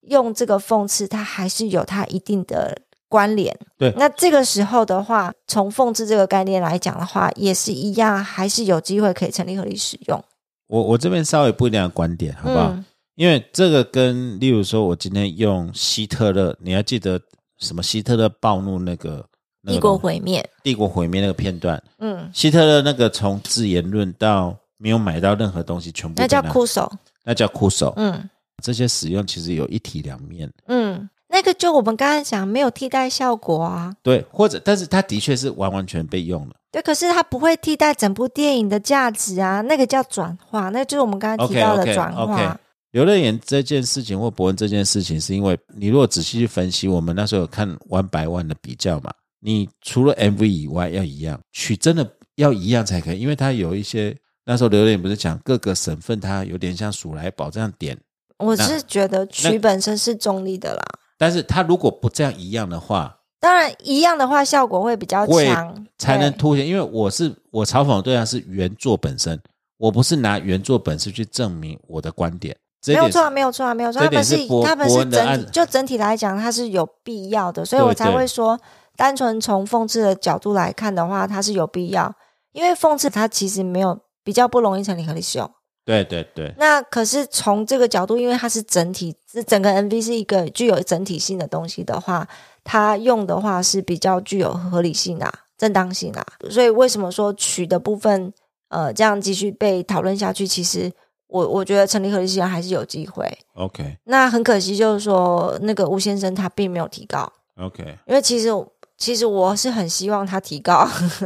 A: 用这个讽刺，它还是有它一定的关联。
C: 对
A: 那这个时候的话，从讽刺这个概念来讲的话，也是一样，还是有机会可以成立合理使用，
C: 我我这边稍微不一样的观点，好不好？
A: 嗯
C: 因为这个跟例如说，我今天用希特勒，你要记得什么？希特勒暴怒那个那个
A: 帝国
C: 东西
A: 毁灭，
C: 帝国毁灭那个片段，
A: 嗯，
C: 希特勒那个从自言论到没有买到任何东西，全部
A: 那
C: 被
A: 叫
C: 拿
A: 酷手，
C: 那叫酷手。
A: 嗯。
C: 这些使用其实有一体两面，
A: 嗯，那个就我们刚才讲没有替代效果啊，
C: 对，或者但是它的确是完完全被用了。
A: 对，可是它不会替代整部电影的价值啊，那个叫转化，那就是我们刚才提
C: OK
A: 到的
C: OK
A: 转化。
C: OK。刘乐言这件事情或伯恩这件事情，是因为你如果仔细去分析，我们那时候有看 One by One 的比较嘛，你除了 MV 以外要一样，曲真的要一样才可以，因为它有一些那时候刘乐言不是讲各个省份，它有点像鼠来宝这样点，
A: 我是觉得
C: 那
A: 曲本身是中立的啦，
C: 但是它如果不这样一样的话，
A: 当然一样的话效果会比较
C: 会
A: 强，
C: 才能
A: 对
C: 凸显。因为我是我嘲讽的对象是原作本身，我不是拿原作本身去证明我的观点。这一
A: 没有
C: 点是
A: 错啊，没有错啊，没有错啊，
C: 这
A: 他们
C: 点是
A: 是
C: 伯
A: 他们
C: 伯
A: 是
C: 恩的
A: 整
C: 案
A: 体
C: 子
A: 就整体来讲，它是有必要的，所以
C: 对
A: 我才
C: 对
A: 会说，单纯从讽刺的角度来看的话，它是有必要，因为讽刺它其实没有比较不容易成立合理使用。
C: 对对对
A: 那可是从这个角度，因为它是整体，是整个 MV 是一个具有整体性的东西的话，它用的话是比较具有合理性啊、正当性啊。所以为什么说曲的部分，呃，这样继续被讨论下去，其实我我觉得成立合理性还是有机会。
C: ，OK
A: 那很可惜，就是说那个吴先生他并没有提高，
C: OK，
A: 因为其实我其实我是很希望他提高，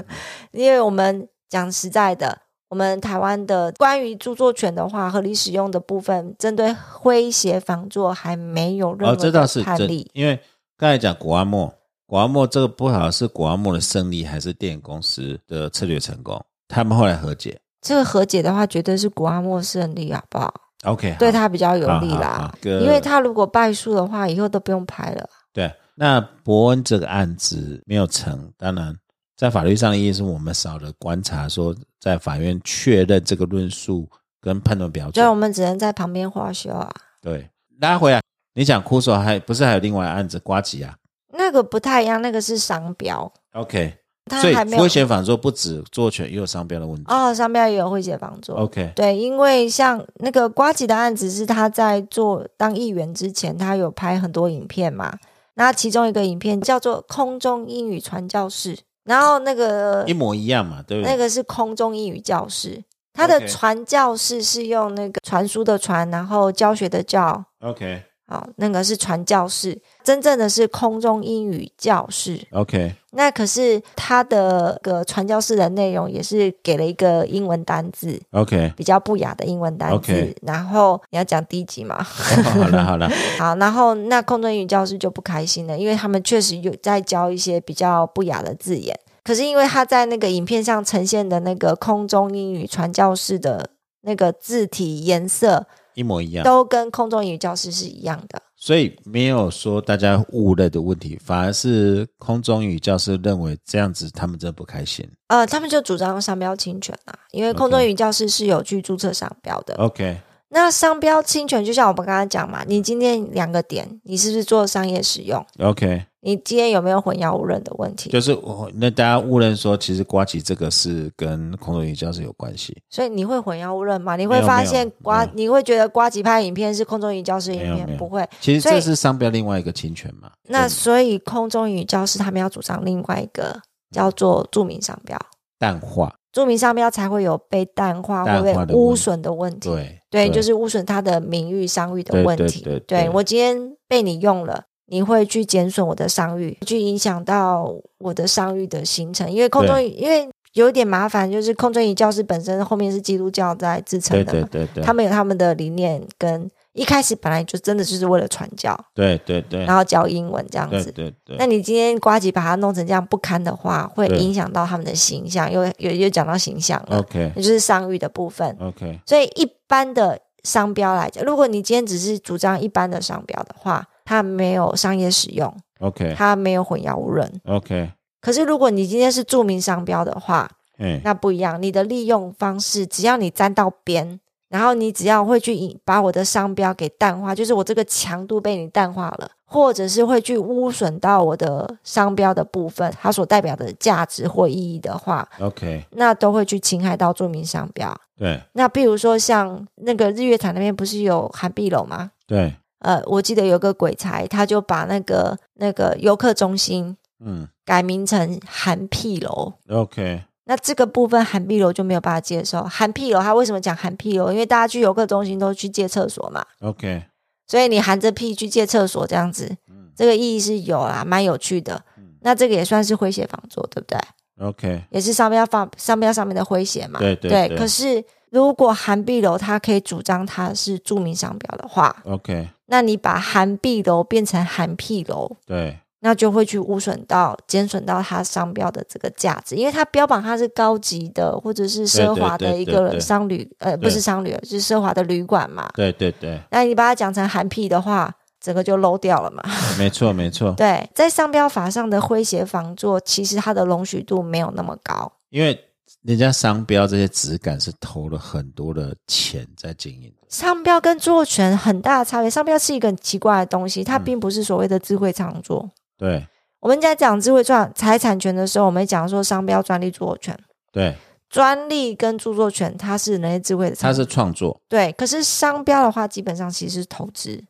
A: 因为我们讲实在的，我们台湾的关于著作权的话，合理使用的部分，针对诙谐仿作还没有任
C: 哦，
A: 何
C: 这倒
A: 的
C: 是
A: 判
C: 真
A: 例，。
C: 因为刚才讲古阿莫，古阿莫这个不好是古阿莫的胜利，还是电影公司的策略成功？他们后来和解
A: 这个和解的话，绝对是古阿莫胜利，好不好？
C: ，OK，好
A: 对他比较有利
C: 好好
A: 啦
C: 好，这个
A: 因为他如果败诉的话，以后都不用拍了。
C: 对。那伯恩这个案子没有成，当然在法律上的意义是我们少了观察，说在法院确认这个论述跟判断标
A: 所以我
C: 准。
A: 们只能在旁边画休啊，
C: 对，拉回来，你讲哭手还不是还有另外案子瓜吉啊
A: 那个不太一样，那个是商标，
C: ？OK，
A: 他
C: 所以
A: 还没有
C: 危险反作不止作权，也有商标的问题。
A: 哦，商标也有诙谐仿作。
C: OK，
A: 对，因为像那个瓜吉的案子是他在做当议员之前，他有拍很多影片嘛。那其中一个影片叫做《空中英语传教士》，然后那个
C: 一模一样嘛，对不对？
A: 那个是空中英语教室，他的
C: OK
A: 传教士是用那个传输的传，然后教学的教，
C: OK
A: 好，那个是传教士，真正的是空中英语教室。
C: OK
A: 那可是他的那个传教士的内容也是给了一个英文单字，
C: OK，
A: 比较不雅的英文单词
C: OK
A: 然后你要讲低级嘛，
C: 好了好了，
A: 好，然后那空中英语教师就不开心了，因为他们确实有在教一些比较不雅的字眼，可是因为他在那个影片上呈现的那个空中英语传教士的那个字体颜色
C: 一模一样，
A: 都跟空中英语教师是一样的，
C: 所以没有说大家误认的问题，反而是空中语教师认为这样子他们真的不开心。
A: 呃，他们就主张商标侵权啊，因为空中英语教师是有去注册商标的。
C: OK
A: 那商标侵权就像我们刚刚讲嘛，你今天两个点，你是不是做商业使用？
C: OK
A: 你今天有没有混淆误认的问题？
C: 就是我那大家误认说，其实刮起这个是跟空中瑜伽是有关系，
A: 所以你会混淆误认吗？你
C: 没
A: 会
C: 有
A: 发
C: 没有
A: 现瓜
C: 没有，
A: 你会觉得瓜吉拍的影片是空中瑜教室
C: 没
A: 影
C: 有没
A: 片，
C: 有
A: 不会。
C: 其实
A: 所
C: 这
A: 以
C: 是商标另外一个侵权嘛。
A: 那
C: 对
A: 所以空中瑜教室他们要主张另外一个叫做著名商标，
C: 淡化，
A: 著名商标才会有被淡化
C: 淡
A: 或
C: 化
A: 被
C: 的
A: 污
C: 问题
A: 损的问题。
C: 对
A: 对，就是污损他的名誉、商誉的
C: 对
A: 问
C: 对
A: 题。
C: 对对
A: 我今天被你用了，你会去减损我的商誉，去影响到我的商誉的形成。因为空中，
C: 对
A: 因为有一点麻烦，就是空中仪教室本身后面是基督教在支撑
C: 对
A: 的嘛，
C: 对对对，
A: 他们有他们的理念，跟一开始本来就真的就是为了传教，
C: 对对对
A: 然后教英文这样
C: 对
A: 子。
C: 对对，
A: 那你今天瓜吉把它弄成这样不堪的话，会
C: 对哦
A: 影响到他们的形象，又又又讲到形象了，
C: OK
A: 也就是商誉的部分。
C: OK，
A: 所以一般的商标来讲，如果你今天只是主张一般的商标的话，它没有商业使用，
C: OK
A: 它没有混淆无人。
C: OK，
A: 可是如果你今天是著名商标的话，
C: 哎，
A: 那不一样，你的利用方式，只要你沾到边。然后你只要会去引把我的商标给淡化，就是我这个强度被你淡化了，或者是会去污损到我的商标的部分，它所代表的价值或意义的话，
C: OK
A: 那都会去侵害到著名商标。
C: 对
A: 那比如说像那个日月潭那边不是有韩碧楼吗？
C: 对，
A: 呃，我记得有个鬼才，他就把那个那个游客中心
C: 嗯
A: 改名成韩碧楼。
C: OK
A: 那这个部分韩碧楼就没有办法接受。韩碧楼他为什么讲韩碧楼？因为大家去游客中心都去借厕所嘛，
C: OK，
A: 所以你含着屁去借厕所这样子，
C: 嗯
A: 这个意义是有啦，蛮有趣的
C: 嗯。
A: 那这个也算是诙谐仿作，对不对？
C: OK，
A: 也是商标放商标上面的诙谐嘛。
C: 对对对
A: 可是如果韩碧楼它可以主张它是著名商标的话，
C: OK，
A: 那你把韩碧楼变成韩屁楼，
C: 对
A: 那就会去污损到、减损到它商标的这个价值，因为它标榜它是高级的或者是奢华的一
C: 对对对对
A: 个
C: 对
A: 商旅，呃，不是商旅，就是奢华的旅馆嘛。
C: 对对对，
A: 那你把它讲成韩屁的话，整个就 low 掉了嘛。
C: 没错没错，
A: 对，在商标法上的诙谐仿作，其实它的容许度没有那么高。
C: 因为人家商标这些质感是投了很多的钱在经营的，
A: 商标跟著作权很大的差别，商标是一个很奇怪的东西，它
C: 嗯
A: 并不是所谓的智慧创作。
C: 对
A: 我们在讲智慧创财产权的时候，我们讲说商标、专利、著作权。
C: 对，
A: 专利跟著作权，它是人类智慧的
C: 它
A: 产，
C: 是创作。
A: 对。可是商标的话，基本上其实是投资，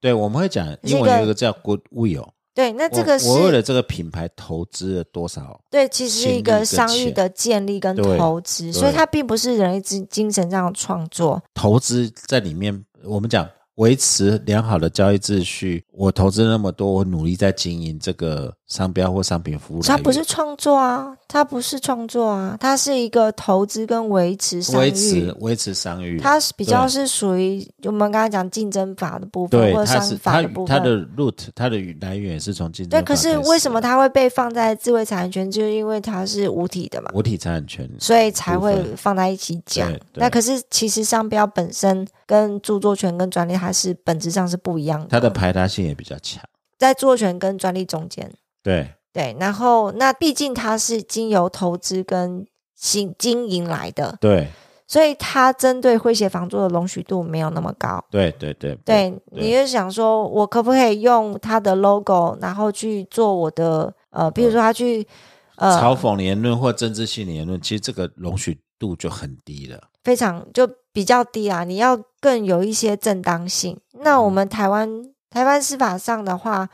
C: 对，我们会讲
A: 是一
C: 英
A: 个
C: 文有一个叫 goodwill，
A: 对。那这
C: 我
A: 个是
C: 我为了这个品牌投资了多少？
A: 对，其实是一个
C: 心力跟
A: 商誉的建立跟
C: 对
A: 投资，
C: 对
A: 所以它并不是人类精精神上的创作。
C: 投资在里面，我们讲维持良好的交易秩序。我投资那么多，我努力在经营这个商标或商品服务来
A: 它
C: 源，
A: 不是创作啊，它不是创作啊，它是一个投资跟维持商誉。
C: 维持维持商誉，
A: 它是比较
C: 对
A: 是属于我们刚才讲竞争法的部分，
C: 对
A: 或者
C: 它
A: 商
C: 是
A: 法
C: 它
A: 的部
C: 它的
A: 分。
C: root 它的来源也是从竞争
A: 对，
C: 法
A: 可
C: 开
A: 是
C: 始
A: 为什么
C: 的
A: 它会被放在智慧产权？就是因为它是无体的嘛，
C: 无体财产权？
A: 所以才
C: 部
A: 会
C: 分
A: 放在一起讲
C: 对。对
A: 那可是其实商标本身跟著作权跟专利它是本质上是不一样的，
C: 它的排他性也比较强。
A: 在著作权跟专利中间。
C: 对
A: 对，然后那毕竟它是经由投资跟经经营来的，
C: 对
A: 所以它针对诙谐仿作的容许度没有那么高。
C: 对对对
A: 对，你就想说，我可不可以用它的 logo，然后去做我的呃，比如说他去
C: 嗯嘲
A: 呃，
C: 讽的言论或政治性的言论，其实这个容许度就很低了。
A: 非常就比较低啊，你要更有一些正当性。那我
C: 嗯
A: 们台湾台湾司法上的话，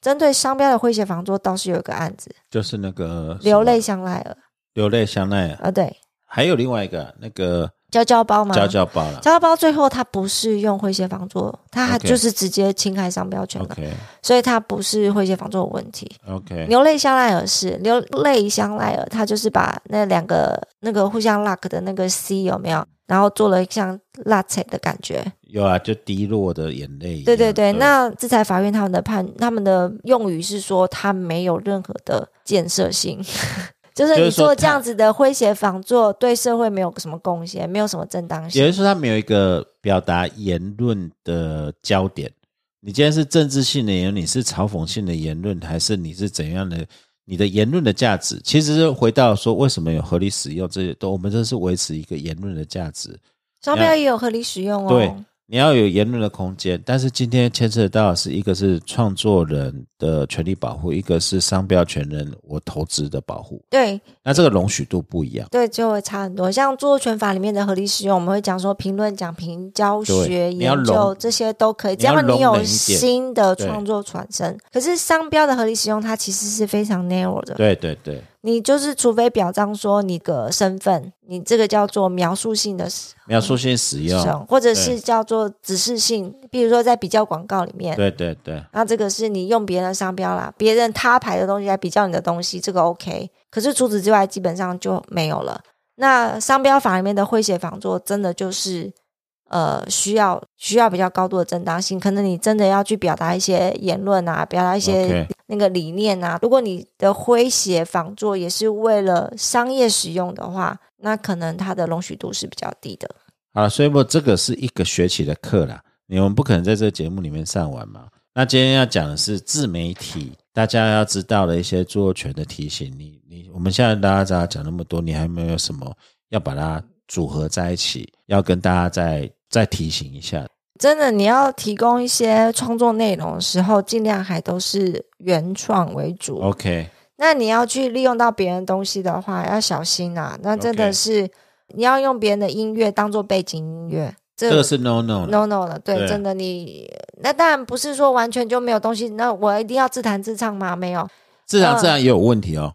A: 针对商标的诙谐仿作倒是有一个案子，
C: 就是那个什么
A: 流泪相赖了
C: 流泪相奈啊，
A: 啊，对，
C: 还有另外一个啊那个
A: 娇娇包嘛，
C: 交交包了。
A: 娇娇包最后它不是用诙谐仿作，它还
C: OK
A: 就是直接侵害商标权了
C: OK
A: 所以它不是诙谐仿作的问题。
C: OK
A: 流泪香奈儿是流泪香奈儿，他就是把那两个那个互相 lock 的那个 C 有没有？然后做了像 latte 的感觉，
C: 有啊，就滴落的眼泪一样。
A: 对对对。那制裁法院他们的判，他们的用语是说他没有任何的建设性， 就是
C: 就
A: 你
C: 是说
A: 做这
C: 他
A: 样子的诙谐仿作，对社会没有什么贡献，没有什么正当
C: 也就
A: 性。
C: 是说，他没有一个表达言论的焦点。你今天是政治性的言论，你是嘲讽性的言论，还是你是怎样的？你的言论的价值，其实是回到说，为什么有合理使用这些都，我们这是维持一个言论的价值。
A: 商标也有合理使用哦，
C: 哎对，你要有言论的空间，但是今天牵涉到的是一个是创作人的权利保护，一个是商标权人我投资的保护，
A: 对
C: 那这个容许度不一样。
A: 对，就会差很多。像著作权法里面的合理使用，我们会讲说评论、讲评、教学、
C: 对你要
A: 研
C: 容
A: 究这些都可以，只
C: 你要
A: 你
C: 容
A: 有
C: 忍一点
A: 新的
C: 对
A: 创作产生。可是商标的合理使用，它其实是非常 narrow 的。
C: 对对对，
A: 你就是除非表彰说你的身份，你这个叫做描述性的使
C: 描述性使用，
A: 用，或者
C: 对
A: 是叫做指示性，比如说在比较广告里面。
C: 对对对，
A: 那这个是你用别人的商标啦，别人他牌的东西来比较你的东西，这个 OK。可是除此之外，基本上就没有了。那商标法里面的诙谐仿作，真的就是呃需要需要比较高度的正当性，可能你真的要去表达一些言论啊，表达一些
C: OK
A: 那个理念啊。如果你的诙谐仿作也是为了商业使用的话，那可能它的容许度是比较低的。
C: 好了，所以不，这个是一个学期的课啦，你们不可能在这个节目里面上完嘛。那今天要讲的是自媒体，大家要知道的一些著作权的提醒。你你，我们现在大家大家讲那么多，你还有没有什么要把它组合在一起，要跟大家再再提醒一下？
A: 真的，你要提供一些创作内容的时候，尽量还都是原创为主。
C: OK，
A: 那你要去利用到别人的东西的话，要小心啊！那真的
C: OK
A: 是你要用别人的音乐当做背景音乐，这
C: 这个是 no no 啦
A: no no 了。对，
C: 对
A: 真的你那当然不是说完全就没有东西，那我一定要自弹自唱吗？没有，
C: 自然
A: 嗯
C: 自然也有问题哦。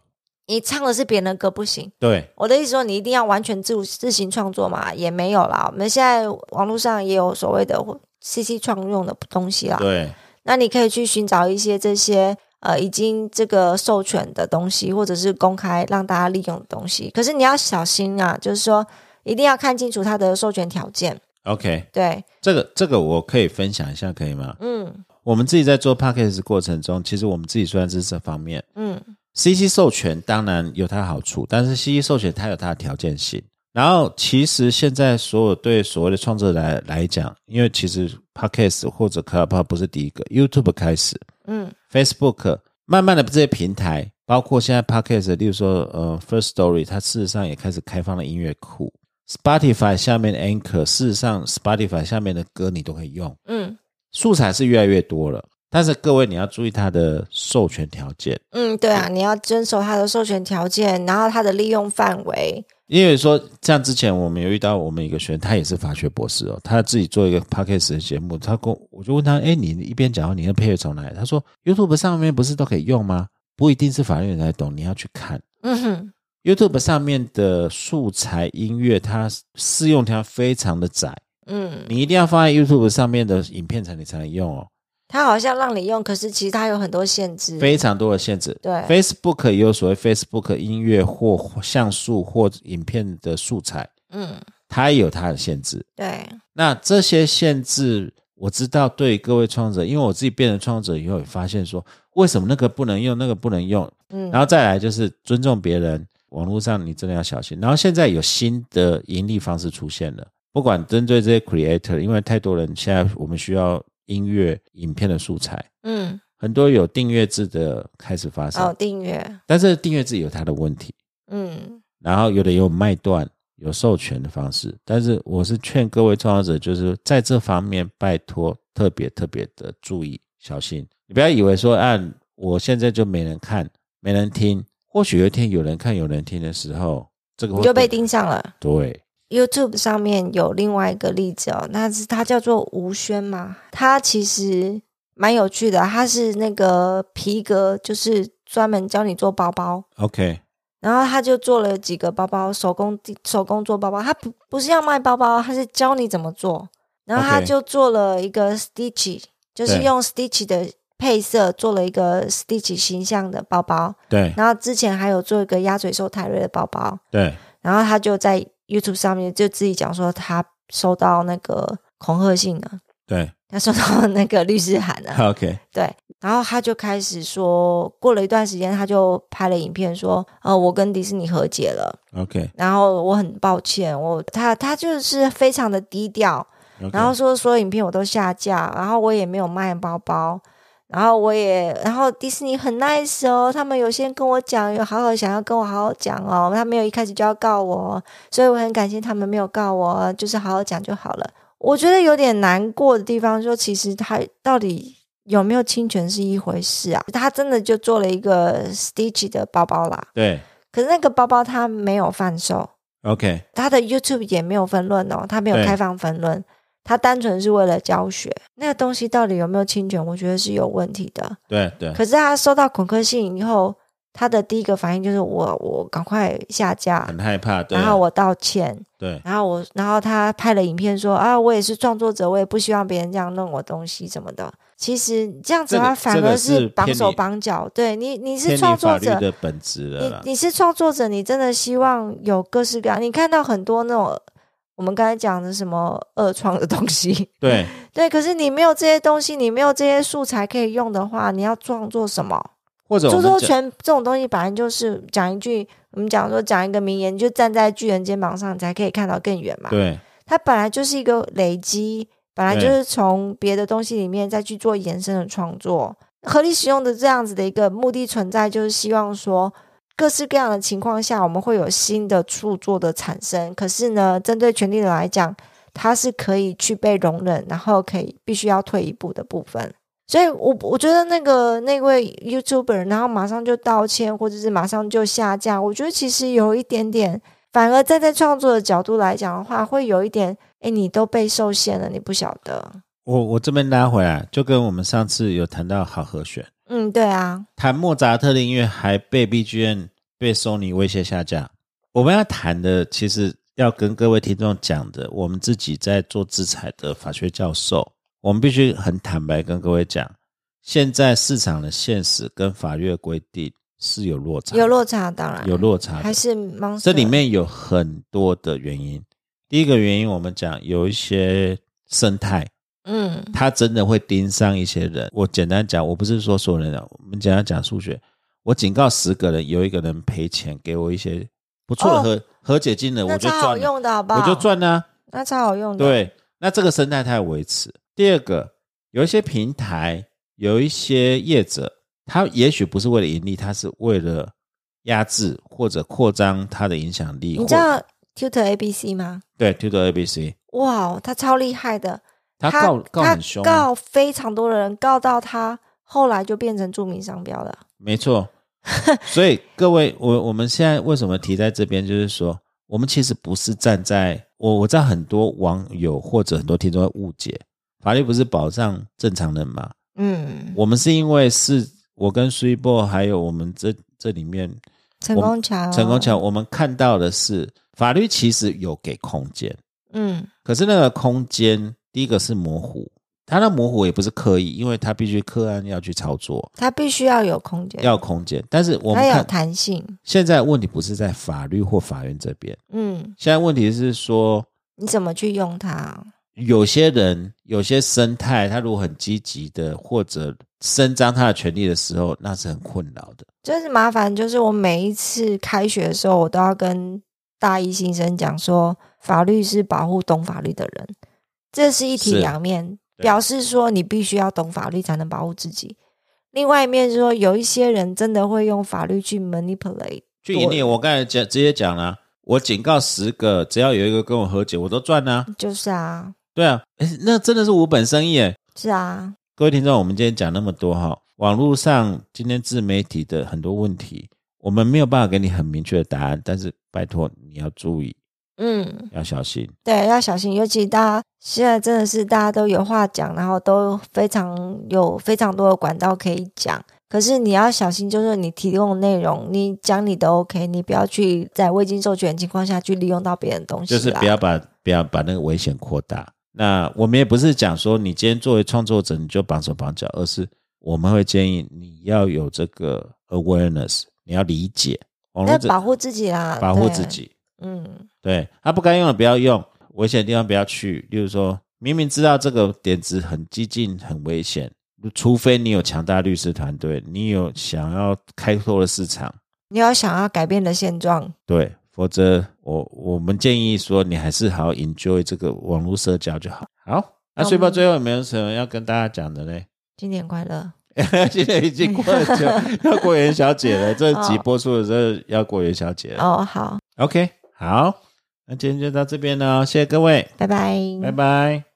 A: 你唱的是别人的歌不行。
C: 对，
A: 我的意思说，你一定要完全自自行创作嘛，也没有啦。我们现在网络上也有所谓的 CC 创用的东西啦，
C: 对，
A: 那你可以去寻找一些这些呃已经这个授权的东西，或者是公开让大家利用的东西。可是你要小心啊，就是说一定要看清楚它的授权条件。
C: OK，
A: 对，
C: 这个这个我可以分享一下，可以吗？
A: 嗯
C: 我们自己在做 podcast 过程中，其实我们自己虽然是这方面，
A: 嗯，
C: CC 授权当然有它好处，但是 CC 授权它有它的条件性。然后，其实现在所有对所谓的创作者来来讲，因为其实 Podcast 或者 Club 不是第一个，YouTube 开始，
A: 嗯
C: ，Facebook 慢慢的这些平台，包括现在 Podcast，例如说呃 First Story，它事实上也开始开放了音乐库，Spotify 下面的 Anchor，事实上 Spotify 下面的歌你都可以用，
A: 嗯
C: 素材是越来越多了。但是各位你要注意它的授权条件。
A: 嗯，对啊，你要遵守它的授权条件，然后它的利用范围。
C: 因为说，像之前我们有遇到我们一个学员，他也是法学博士哦，他自己做一个 podcast 的节目，他跟我我就问他，哎，你一边讲话你的配乐从哪里？他说 YouTube 上面不是都可以用吗？不一定是法律人才懂，你要去看
A: 嗯哼，
C: YouTube 上面的素材音乐，它适用条非常的窄，
A: 嗯，
C: 你一定要放在 YouTube 上面的影片才你才能用哦，
A: 它好像让你用，可是其实它有很多限制。
C: 非常多的限制。
A: 对
C: ，Facebook 也有所谓 Facebook 音乐或像素或影片的素材，
A: 嗯，
C: 它也有它的限制。
A: 对，
C: 那这些限制，我知道对各位创作者，因为我自己变成创作者以后，也发现说，为什么那个不能用，那个不能用。
A: 嗯
C: 然后再来就是尊重别人，网络上你真的要小心。然后现在有新的盈利方式出现了，不管针对这些 creator，因为太多人现在我们需要音乐、影片的素材，
A: 嗯，
C: 很多有订阅制的开始发生，
A: 哦，订阅，
C: 但是订阅制有它的问题。
A: 嗯
C: 然后有的也有卖断、有授权的方式。但是我是劝各位创作者，就是在这方面拜托特别特别的注意小心，你不要以为说啊，我现在就没人看、没人听，或许有一天有人看、有人听的时候，这个
A: 你
C: 会
A: 就被盯上了。
C: 对
A: YouTube 上面有另外一个例子哦，那是它叫做吴轩嘛，他其实蛮有趣的，他是那个皮革，就是专门教你做包包，
C: OK
A: 然后他就做了几个包包，手工手工做包包，他不不是要卖包包，他是教你怎么做，然后他
C: OK
A: 就做了一个 Stitch，就是
C: 对
A: 用 Stitch 的配色做了一个 Stitch 形象的包包，
C: 对
A: 然后之前还有做一个鸭嘴兽泰瑞的包包，
C: 对
A: 然后他就在 YouTube 上面就自己讲说，他收到那个恐吓信了，
C: 对
A: 他收到那个律师函了，
C: OK
A: 对。然后他就开始说，过了一段时间，他就拍了影片说，呃，我跟迪士尼和解了，
C: OK
A: 然后我很抱歉，我他他就是非常的低调，
C: OK，
A: 然后说所有影片我都下架，然后我也没有卖包包，然后我也，然后迪士尼很 nice 哦，他们有先跟我讲，有好好想要跟我好好讲哦，他没有一开始就要告我哦，所以我很感谢他们没有告我哦，就是好好讲就好了。我觉得有点难过的地方，说其实他到底有没有侵权是一回事啊？他真的就做了一个 Stitch 的包包啦，
C: 对
A: 可是那个包包他没有贩售，
C: ，OK，
A: 他的 YouTube 也没有分论哦，他没有
C: 对
A: 开放分论，他单纯是为了教学。那个东西到底有没有侵权，我觉得是有问题的。
C: 对对
A: 可是他收到恐吓信以后，他的第一个反应就是我我赶快下架，
C: 很害怕，对啊，
A: 然后我道歉，
C: 对
A: 然后我然后他拍了影片说啊，我也是创作者，我也不希望别人这样弄我东西什么的。其实这样子的话，反
C: 这个这个
A: 而
C: 是
A: 绑
C: 偏
A: 手
C: 离
A: 绑脚。对你，你
C: 偏
A: 是
C: 离
A: 创作
C: 法律
A: 者，
C: 的本质了啦
A: 你你是创作者，你真的希望有各式各样。你看到很多那种我们刚才讲的什么二创的东西，
C: 对
A: 对，可是你没有这些东西，你没有这些素材可以用的话，你要创作什么？
C: 或者我
A: 著
C: 们
A: 作
C: 讲
A: 权这种东西本来就是讲一句，我们讲说讲一个名言，你就站在巨人肩膀上，你才可以看到更远嘛。
C: 对
A: 它本来就是一个累积，本来就
C: 对
A: 是从别的东西里面再去做延伸的创作。合理使用的这样子的一个目的存在，就是希望说各式各样的情况下，我们会有新的著作的产生。可是呢，针对权利人来讲，它是可以去被容忍，然后可以必须要退一步的部分。所以我，我觉得那个那位 YouTuber，然后马上就道歉，或者是马上就下架，我觉得其实有一点点，反而站在创作的角度来讲的话，会有一点，哎，你都被受限了，你不晓得。
C: 我我这边拉回来，就跟我们上次有谈到好和弦，
A: 嗯，对啊，
C: 谈莫扎特的音乐还被 BGM 被 Sony 威胁下架。我们要谈的，其实要跟各位听众讲的，我们自己在做制裁的法学教授，我们必须很坦白跟各位讲，现在市场的现实跟法律的规定是有落差的，
A: 有落差，当然
C: 有落差的，
A: 还是 Monster
C: 这里面有很多的原因。第一个原因，我们讲有一些生态，
A: 嗯
C: 它真的会盯上一些人。我简单讲，我不是说所有人啊，我们简单讲数学，我警告十个人，有一个人赔钱给我一些不错的
A: 哦
C: 和、和解金额，我
A: 那
C: 就
A: 超好
C: 赚了，
A: 用的，好不好？
C: 我就，赚啦、
A: 那超好用的。，
C: 对，那这个生态它有维持。第二个，有一些平台，有一些业者，他也许不是为了盈利，他是为了压制或者扩张它的影响力。
A: 你知道 Tutor ABC 吗？
C: 对 Tutor ABC，
A: 哇，哦他超厉害的，
C: 他告告很凶，啊
A: 他告非常多人，告到他后来就变成著名商标了。
C: 没错。所以各位，我我们现在为什么提在这边，就是说，我们其实不是站在我我知道很多网友或者很多听众会误解，法律不是保障正常人嘛？
A: 嗯，
C: 我们是因为是我跟 s u p e 还有我们这这里面
A: 成功桥，
C: 成功桥，，我们看到的是法律其实有给空间，
A: 嗯，
C: 可是那个空间第一个是模糊，它的模糊也不是刻意，因为它必须个案要去操作，
A: 他必须要有空间，
C: 要空间。但是我们
A: 他有
C: 看
A: 弹性。
C: 现在问题不是在法律或法院这边，
A: 嗯，
C: 现在问题是说
A: 你怎么去用它？
C: 有些人有些生态，他如果很积极的或者伸张他的权利的时候，那是很困扰的。
A: 就是麻烦，就是我每一次开学的时候，我都要跟大一新生讲说，法律是保护懂法律的人，这是一体
C: 是
A: 两面，
C: 对
A: 表示说你必须要懂法律才能保护自己。另外一面是说，有一些人真的会用法律去 manipulate，
C: 去盈利，
A: 对
C: 我刚才讲直接讲了、我警告十个，只要有一个跟我和解，我都赚啦、
A: 就是啊，
C: 对啊，诶那真的是无本生意诶。
A: 是啊，
C: 各位听众，我们今天讲那么多哈，网络上今天自媒体的很多问题，我们没有办法给你很明确的答案，但是拜托你要注意，
A: 嗯。
C: 要小心。
A: 对，要小心，尤其大家现在真的是大家都有话讲，然后都非常有非常多的管道可以讲。可是你要小心，就是你提供的内容，你讲你的 OK，你不要去在未经授权的情况下去利用到别人的东西
C: 就
A: 啦，
C: 是不要把不要把那个危险扩大。那我们也不是讲说你今天作为创作者你就绑手绑脚，而是我们会建议你要有这个 awareness，你要理解网络
A: 那
C: 这
A: 保护自己啦，
C: 保护
A: 对
C: 自。己。
A: 嗯，
C: 对，他、不该用的不要用，危险的地方不要去。例如说，明明知道这个点子很激进、很危险，除非你有强大律师团队，你有想要开拓的市场，
A: 你要想要改变的现状，
C: 对，否则我我们建议说，你还是好好 enjoy 这个网络社交就好。好，那
A: 那我
C: 睡报
A: 们
C: 最后有没有什么要跟大家讲的呢？
A: 新年快乐！
C: 现在已经过了 久，要过元宵节了，这集
A: 哦
C: 播出的时候要过元宵节了。
A: 哦，好，
C: OK，好，那今天就到这边了，谢谢各位，
A: 拜拜，
C: 拜拜。